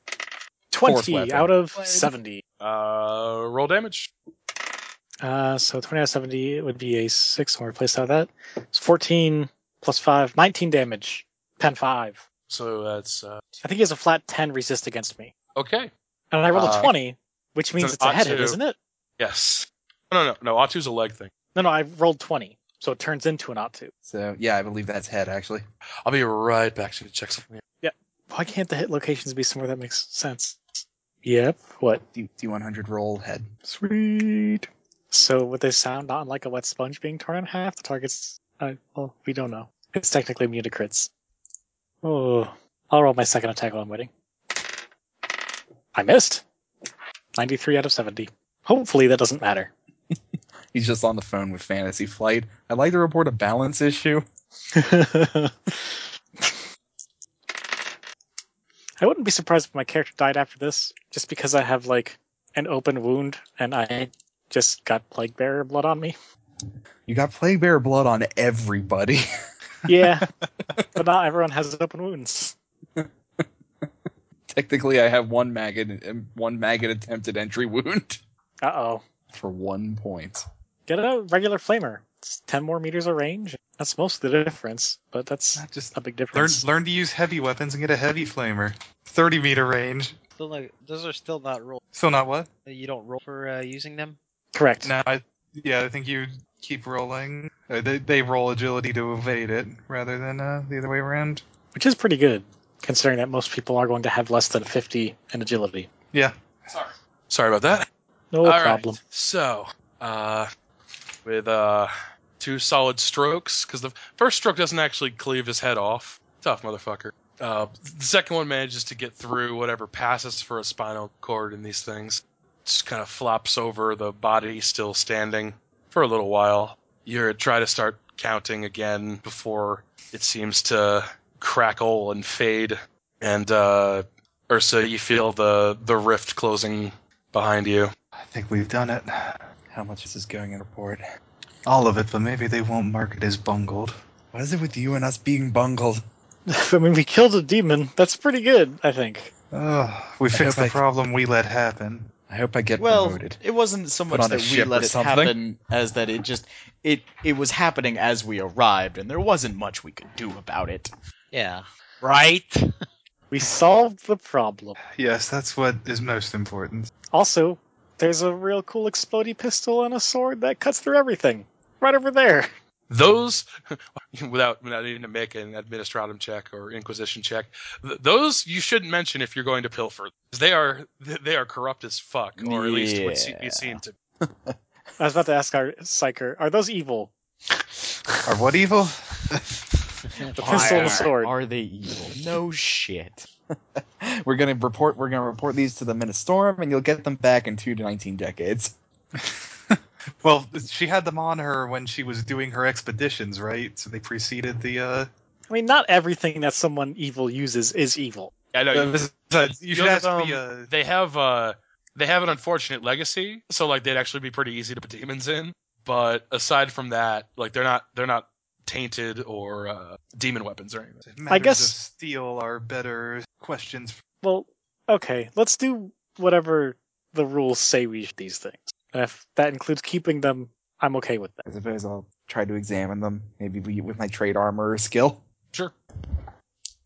Twenty weapon. out of Blade. seventy. Uh, roll damage. Uh, so 20 out of 70 would be a 6 when replaced out of that. It's 14 plus 5, 19 damage. 10 5. So that's uh, I think he has a flat 10 resist against me. okay. And I rolled Uh, a 20, which means an it's a odd headed, two. isn't it? Yes. No, no, no. no Atu's a leg thing. No, no, I rolled 20, so it turns into an ought to. So yeah, I believe that's head actually. I'll be right back to check something. Why can't the hit locations be somewhere that makes sense? Yep. What? D D one hundred roll head. Sweet. So would they sound not like a wet sponge being torn in half? The target's. Uh, well, we don't know. It's technically immune to crits. Oh, I'll roll my second attack while I'm waiting. I missed. 93 out of 70. Hopefully that doesn't matter. He's just on the phone with Fantasy Flight. I'd like to report a balance issue. I wouldn't be surprised if my character died after this, just because I have like an open wound and I just got plague bearer blood on me. You got plague bear blood on everybody. Yeah, but not everyone has open wounds. Technically, I have one maggot, um, one maggot attempted entry wound Uh oh. for one point. Get a regular flamer. It's ten more meters of range. That's most of the difference, but that's Just a big learn difference. learn to use heavy weapons and get a heavy flamer. Thirty meter range. Still like those are still not rolled. Still not what? You don't roll for uh, using them. Correct. No, I, yeah, I think you keep rolling. Uh, they, they roll agility to evade it rather than uh, the other way around. Which is pretty good, considering that most people are going to have less than fifty in agility. Sorry about that. No All right. problem. So, uh, with uh, two solid strokes, because the first stroke doesn't actually cleave his head off. Tough motherfucker. Uh, the second one manages to get through whatever passes for a spinal cord in these things. Just kind of flops over, the body still standing for a little while. You try to start counting again before it seems to crackle and fade. And uh, Ursa, you feel the the rift closing behind you. I think we've done it. How much is this going in report? All of it, but maybe they won't mark it as bungled. What is it with you and us being bungled? I mean, we killed a demon. That's pretty good, I think. Ugh, we I fixed hope the I- problem we let happen. I hope I get well, promoted. it wasn't so much on a that we ship let or it something. happen as that it just it it was happening as we arrived, and there wasn't much we could do about it. Yeah. Right? We solved the problem. Yes, that's what is most important. Also, there's a real cool explodey pistol and a sword that cuts through everything. Right over there. those without without needing to make an administratum check or inquisition check th- those you shouldn't mention if you're going to pilfer 'Cause they are they are corrupt as fuck or at least what se- Yeah. you seem to I was about to ask our psyker, are those evil? Or what evil? The pistol and the Are- sword. Are they evil? No shit. We're gonna report. We're gonna report these to the Minnestorm, and you'll get them back in two to nineteen decades. Well, she had them on her when she was doing her expeditions, right? So they preceded the. uh I mean, not everything that someone evil uses is evil. i know you- You You'll should ask have, the. they have uh they have an unfortunate legacy so like they'd actually be pretty easy to put demons in but aside from that like they're not they're not tainted or uh, demon weapons or anything Uh, matters guess- of steel are better questions. Well, okay, let's do whatever the rules say we should do these things. And if that includes keeping them, I'm okay with that. I suppose I'll try to examine them. Maybe we- with my trade armor or skill. Sure.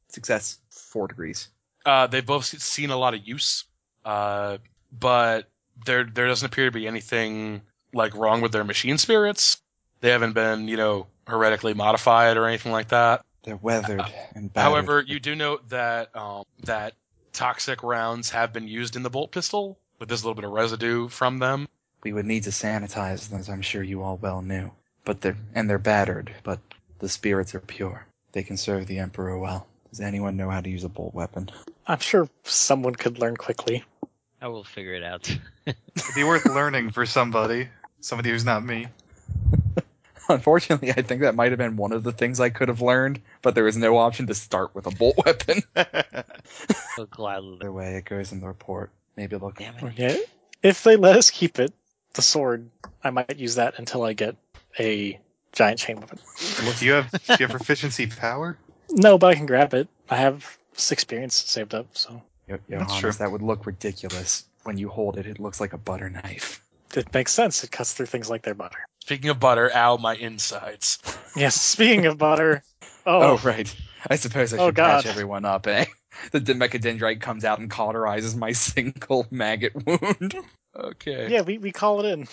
Success. Four degrees. Uh, they've both seen a lot of use, uh, but there there doesn't appear to be anything like wrong with their machine spirits. They haven't been, you know, heretically modified or anything like that. They're weathered and battered. However, you do note that um, that toxic rounds have been used in the bolt pistol, but there's a little bit of residue from them. we would need to sanitize them, as I'm sure you all well knew. But they're and they're battered, but the spirits are pure. They can serve the Emperor well. Does anyone know how to use a bolt weapon? I'm sure someone could learn quickly. I will figure it out. It'd be worth learning for somebody, somebody who's not me. Unfortunately, I think that might have been one of the things I could have learned, but there was no option to start with a bolt weapon. I'll gladly. Either way, it goes in the report. Maybe they'll Damn it. Yeah. If they let us keep it, the sword, I might use that until I get a giant chain weapon. Do you have do you have proficiency power? No, but I can grab it. I have six experience saved up, so Yo- That's Johannes, true. that would look ridiculous. When you hold it, it looks like a butter knife. it makes sense. It cuts through things like their butter. Speaking of butter, ow, my insides. Yes, speaking of butter. Oh, Oh, right. I suppose I should Oh, God. patch everyone up, eh? The Demecadendrite comes out and cauterizes my single maggot wound. Okay. yeah, we, we call it in.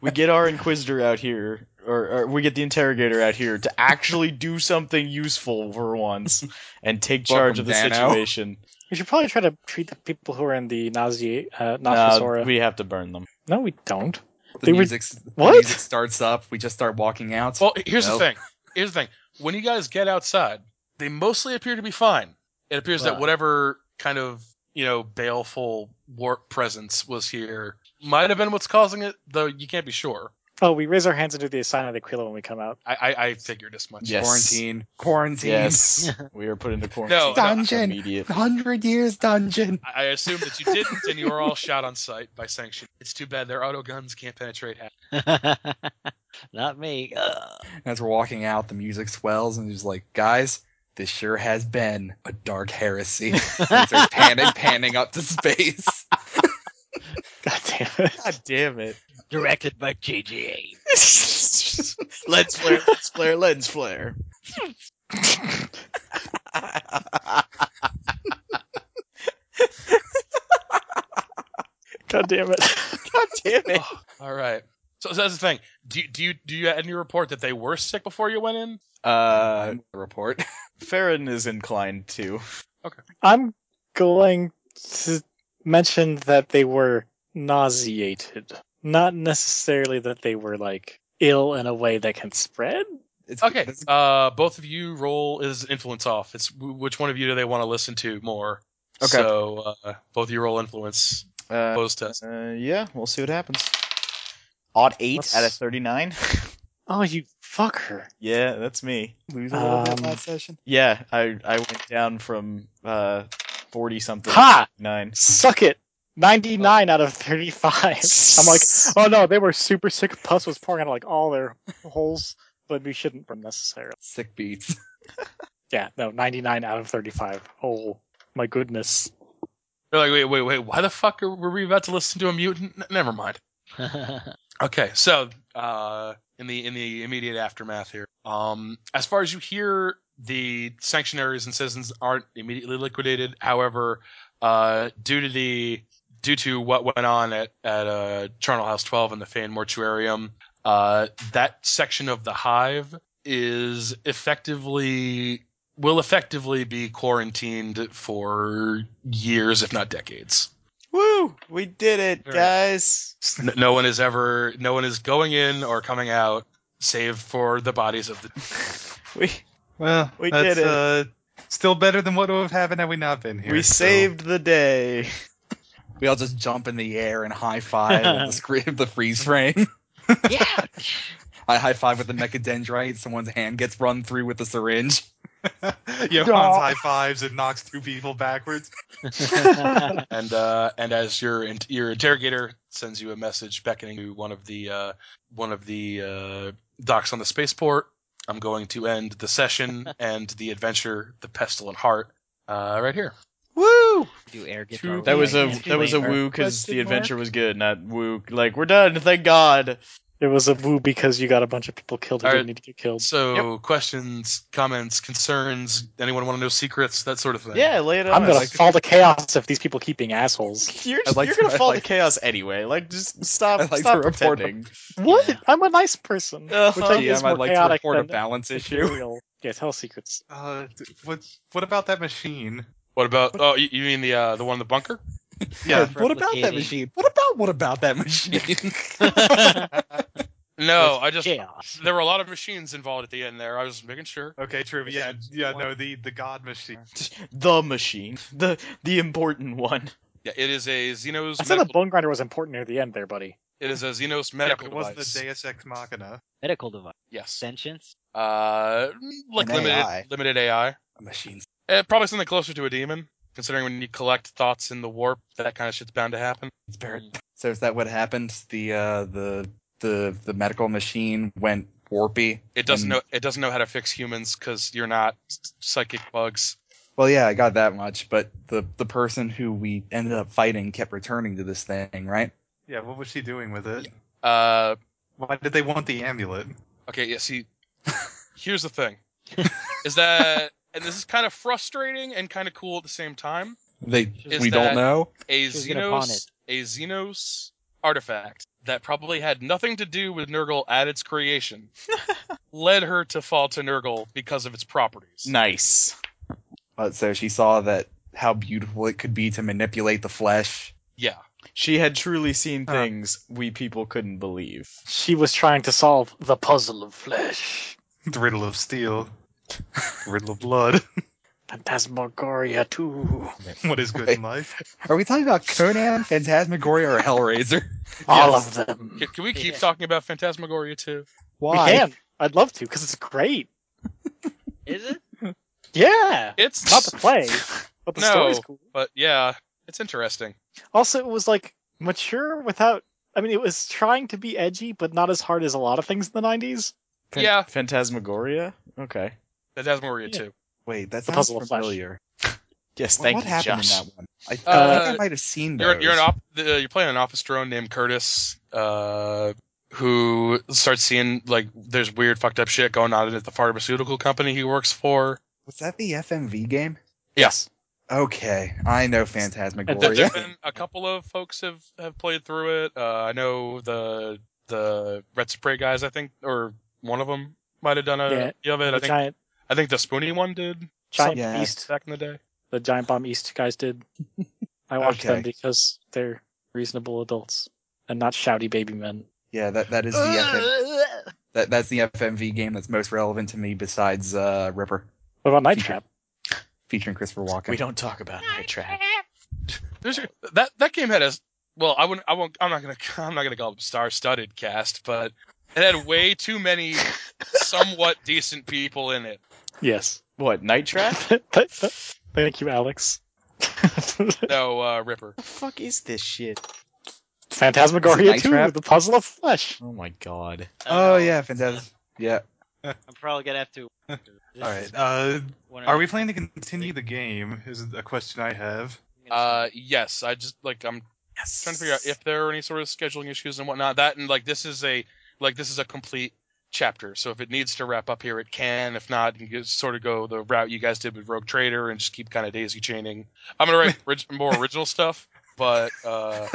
We get our inquisitor out here, or, or we get the interrogator out here to actually do something useful for once and take charge Welcome, of the Dano. situation. We should probably try to treat the people who are in the Nazi, uh, No, Nafasora. we have to burn them. No, we don't. The They were- music, What? The music starts up. We just start walking out. Well, here's No. the thing. Here's the thing. When you guys get outside, they mostly appear to be fine. It appears that Right. whatever kind of you know baleful warp presence was here might have been what's causing it, though you can't be sure. Oh, we raise our hands and do the sign of the Aquila when we come out. I, I, I figured as much. Yes. Quarantine. Quarantine. Oh, Yes, we are put into No, quarantine no, I- Dungeon. immediately. Hundred years dungeon. I I assume that you didn't, and you were all shot on sight by sanction. It's too bad their auto guns can't penetrate. Half. Not me. Ugh. As we're walking out, the music swells and he's like, guys, this sure has been a dark heresy. And there's panic panning up to space. God damn it. God damn it! Directed by JGA. lens flare, lens flare, lens flare. God damn it. God damn it! All right. So, so that's the thing. Do you, do you do you any report that they were sick before you went in? Uh, The report. Farron is inclined to. I'm going to mention that they were nauseated. Not necessarily that they were, like, ill in a way that can spread. It's, Okay. it's- Uh, both of you roll is influence off. It's wh- which one of you do they want to listen to more? Okay. So uh, both of you roll influence. Uh, Opposed to uh, yeah, we'll see what happens. Odd 8 Let's- out of 39. Oh, you fucker. yeah, that's me. lose a little bit Um, last session. Yeah, I I went down from uh 40 something Ha! nine. Suck it. 99 out of 35. I'm like, oh no, they were super sick. Pus was pouring out of like all their holes, but we shouldn't burn necessarily. Sick beats. Yeah, no, 99 out of 35. Oh my goodness. They're like, wait, wait, wait. Why the fuck are, were we about to listen to a mutant? N- never mind. Okay, so uh, in the in the immediate aftermath here, um, as far as you hear, the sanctionaries and citizens aren't immediately liquidated. However, uh, due to the due to what went on at at uh, Charnel House Twelve and the Fan Mortuarium, uh, that section of the hive is effectively will effectively be quarantined for years, if not decades. Woo! We did it, Very- guys. N- no one is ever no one is going in or coming out save for the bodies of the We Well, We that's, did it. Uh, still better than what would have happened had we not been here. we so- saved the day. We all just jump in the air and high five at the screen of the freeze frame. yeah. I high five with the mechadendrite. Someone's hand gets run through with a syringe. Johan's high fives and knocks two people backwards. and uh, and as your in- your interrogator sends you a message beckoning to one of the uh, one of the uh, docks on the spaceport, I'm going to end the session and the adventure, the pestilent heart, uh, right here. Woo! Do air guitar. That was a rolls. that was a Disclaimer. woo because Question the mark? adventure was good, not woo. Like we're done. Thank God. It was a woo because you got a bunch of people killed who All right. didn't need to get killed. So questions, comments, concerns, anyone want to know secrets, that sort of thing. Yeah, lay it on. I'm gonna us. fall to chaos if these people keep being assholes. You're, I'd like you're to- gonna I'd fall like- to chaos anyway. Like just stop I'd like stop to report pretending. What? Yeah. I'm a nice person. Which I think is GM, more I'd like to chaotic report a than balance issue. material. Yeah, tell secrets. Uh, d- what? What about that machine? What about? Oh, you, you mean the uh, the one in the bunker? Yeah. What about that Replicating. machine? What about what about that machine? No, I just Chaos. there were a lot of machines involved at the end there. I was just making sure. Okay, true. Yeah, yeah. No, the the God machine. The machine, the the important one. Yeah, it is a Xenos. I said the medical- bone grinder was important near the end there, buddy. it is a Xenos Yeah, medical but it wasn't device. the Deus Ex Machina. Medical device. yes. Sentience. Uh, like An limited AI. limited AI. Machines. Eh, probably something closer to a demon, considering when you collect thoughts in the warp, that kind of shit's bound to happen. It's buried. So is that what happened? The uh, the the the medical machine went warpy. It doesn't and- Mm. know it doesn't know how to fix humans because you're not s- psychic bugs. Well, yeah, I got that much, but the the person who we ended up fighting kept returning to this thing, right? Yeah, what was she doing with it? Uh, Why did they want the amulet? okay, yeah. See, here's the thing, is that and this is kind of frustrating and kind of cool at the same time. They Is that- we don't know. A She was gonna pawn Xenos, a Xenos artifact that probably had nothing to do with Nurgle at its creation, led her to fall to Nurgle because of its properties. Nice. But so she saw that how beautiful it could be to manipulate the flesh. Yeah. She had truly seen Huh. Uh. things we people couldn't believe. She was trying to solve the puzzle of flesh. The riddle of steel. riddle of blood. Phantasmagoria 2. what is good in life? Are we talking about Conan, Phantasmagoria, or Hellraiser? All of them. Can, can we keep Yeah. talking about Phantasmagoria too? We can. I'd love to, because it's great. Is it? Yeah. It's Not the play, but the No. story's cool. but yeah, it's interesting. Also, it was like mature without. I mean, it was trying to be edgy, but not as hard as a lot of things in the 90s. Yeah. Phantasmagoria. Okay. Phantasmagoria Yeah. too. Wait, that The sounds puzzle of flesh. familiar. Yes. What, thank what you, happened Josh. in that one? I, I Uh, think I might have seen You're those. you're an op- the, you're playing an office drone named Curtis, uh, who starts seeing like there's weird fucked up shit going on at the pharmaceutical company he works for. Was that the FMV game? Yes. Okay, I know There, Phantasmagoria. there've been a couple of folks have, have played through it. Uh, I know the the Rets of Prey guys, I think, or one of them might have done a Yeah. yeah. of it. The I think giant, I think the Spoony one did giant Yeah. beast, back in the day. the giant bomb east guys did. I watched Okay. them because they're reasonable adults and not shouty baby men. yeah, that that is the FM, that that's the FMV game that's most relevant to me besides uh, Ripper What about Night Feature. Trap? featuring Christopher Walken. We don't talk about Night Trap. There's a- that that game had a well, I wouldn't, I won't, I'm not gonna, I'm not gonna call it star-studded cast, but it had way too many somewhat decent people in it. Yes. What Night Trap? Thank you, Alex. No, uh, Ripper. the fuck is this shit? Is it Phantasmagoria Night 2, Trap? the puzzle of flesh. Oh my god. oh yeah, Phantasm. Yeah, Uh, I'm probably gonna have to. All All right. Uh, One of are the- we planning to continue the game? Is a question I have. Uh, yes, I just like I'm trying to figure out if there are any sort of scheduling issues and whatnot. That and like this is a like this is a complete chapter. So if it needs to wrap up here, it can. If not, you can just sort of go the route you guys did with Rogue Trader and just keep kind of daisy chaining. I'm gonna write orig- more original stuff, but uh,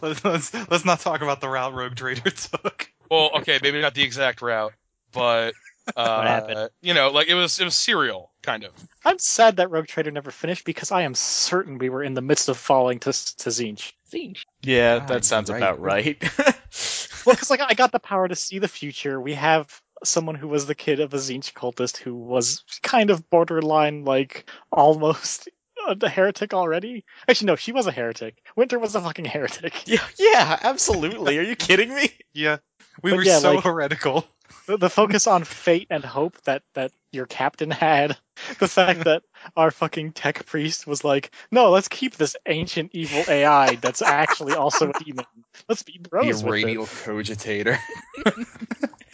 let's, let's, let's not talk about the route Rogue Trader took. well, okay, maybe not the exact route, but What uh, happened? you know, like it was it was serial kind of. I'm sad that Rogue Trader never finished because I am certain we were in the midst of falling to to Zinj. Zinj. Yeah, Ah, you're that sounds right. about right. Well, because like I got the power to see the future. We have someone who was the kid of a Zinj cultist who was kind of borderline, like almost a heretic already. Actually, no, she was a heretic. Winter was a fucking heretic. yeah, yeah, absolutely. Are you kidding me? Yeah, we But were yeah, so like- heretical. the, the focus on fate and hope that that your captain had the fact that our fucking tech priest was like no let's keep this ancient evil ai that's actually also a demon let's be The bros with it. radial cogitator.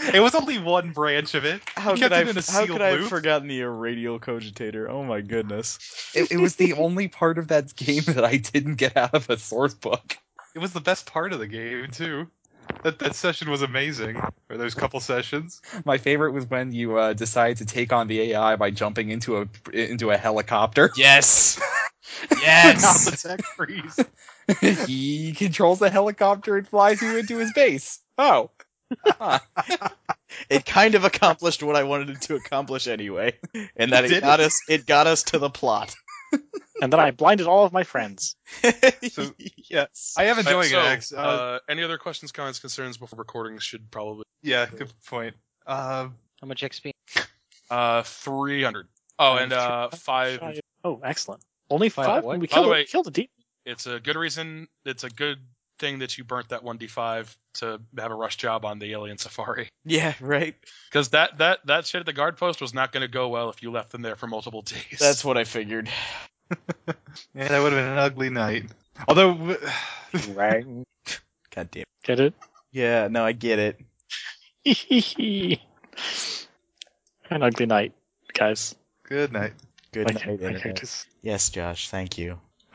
It was only one branch of it. How could Kept it I? in a How sealed could I have loop. forgotten the radial cogitator? Oh my goodness. it, it was the only part of that game that I didn't get out of a source book. It was the best part of the game too. That that session was amazing. Or those couple sessions. My favorite was when you uh, decided to take on the AI by jumping into a into a helicopter. Yes. Without the tech freeze. he controls the helicopter and flies you into his base. Oh, it kind of accomplished what I wanted it to accomplish anyway, and that It it, did got us. It got us to the plot. and then i blinded all of my friends so, So- yes. I am enjoying so, it. Alex. uh, Uh, any other questions, comments, concerns before recordings should probably yeah, good point. Uh, How much XP? uh 300. Oh, and uh five oh excellent only Five five what? we By the killed, a- way- killed a demon it's a good reason. It's a good thing that you burnt that 1d5 to have a rush job on the alien safari. Yeah. Right. Because that, that, that shit at the guard post was not going to go well if you left them there for multiple days. That's what I figured. yeah, that would have been an ugly night. Although, w- right God damn. It. get it Yeah. No, I get it. an ugly night guys good night. Good I can't- night, I can't Internet. just- Yes, Josh. Thank you.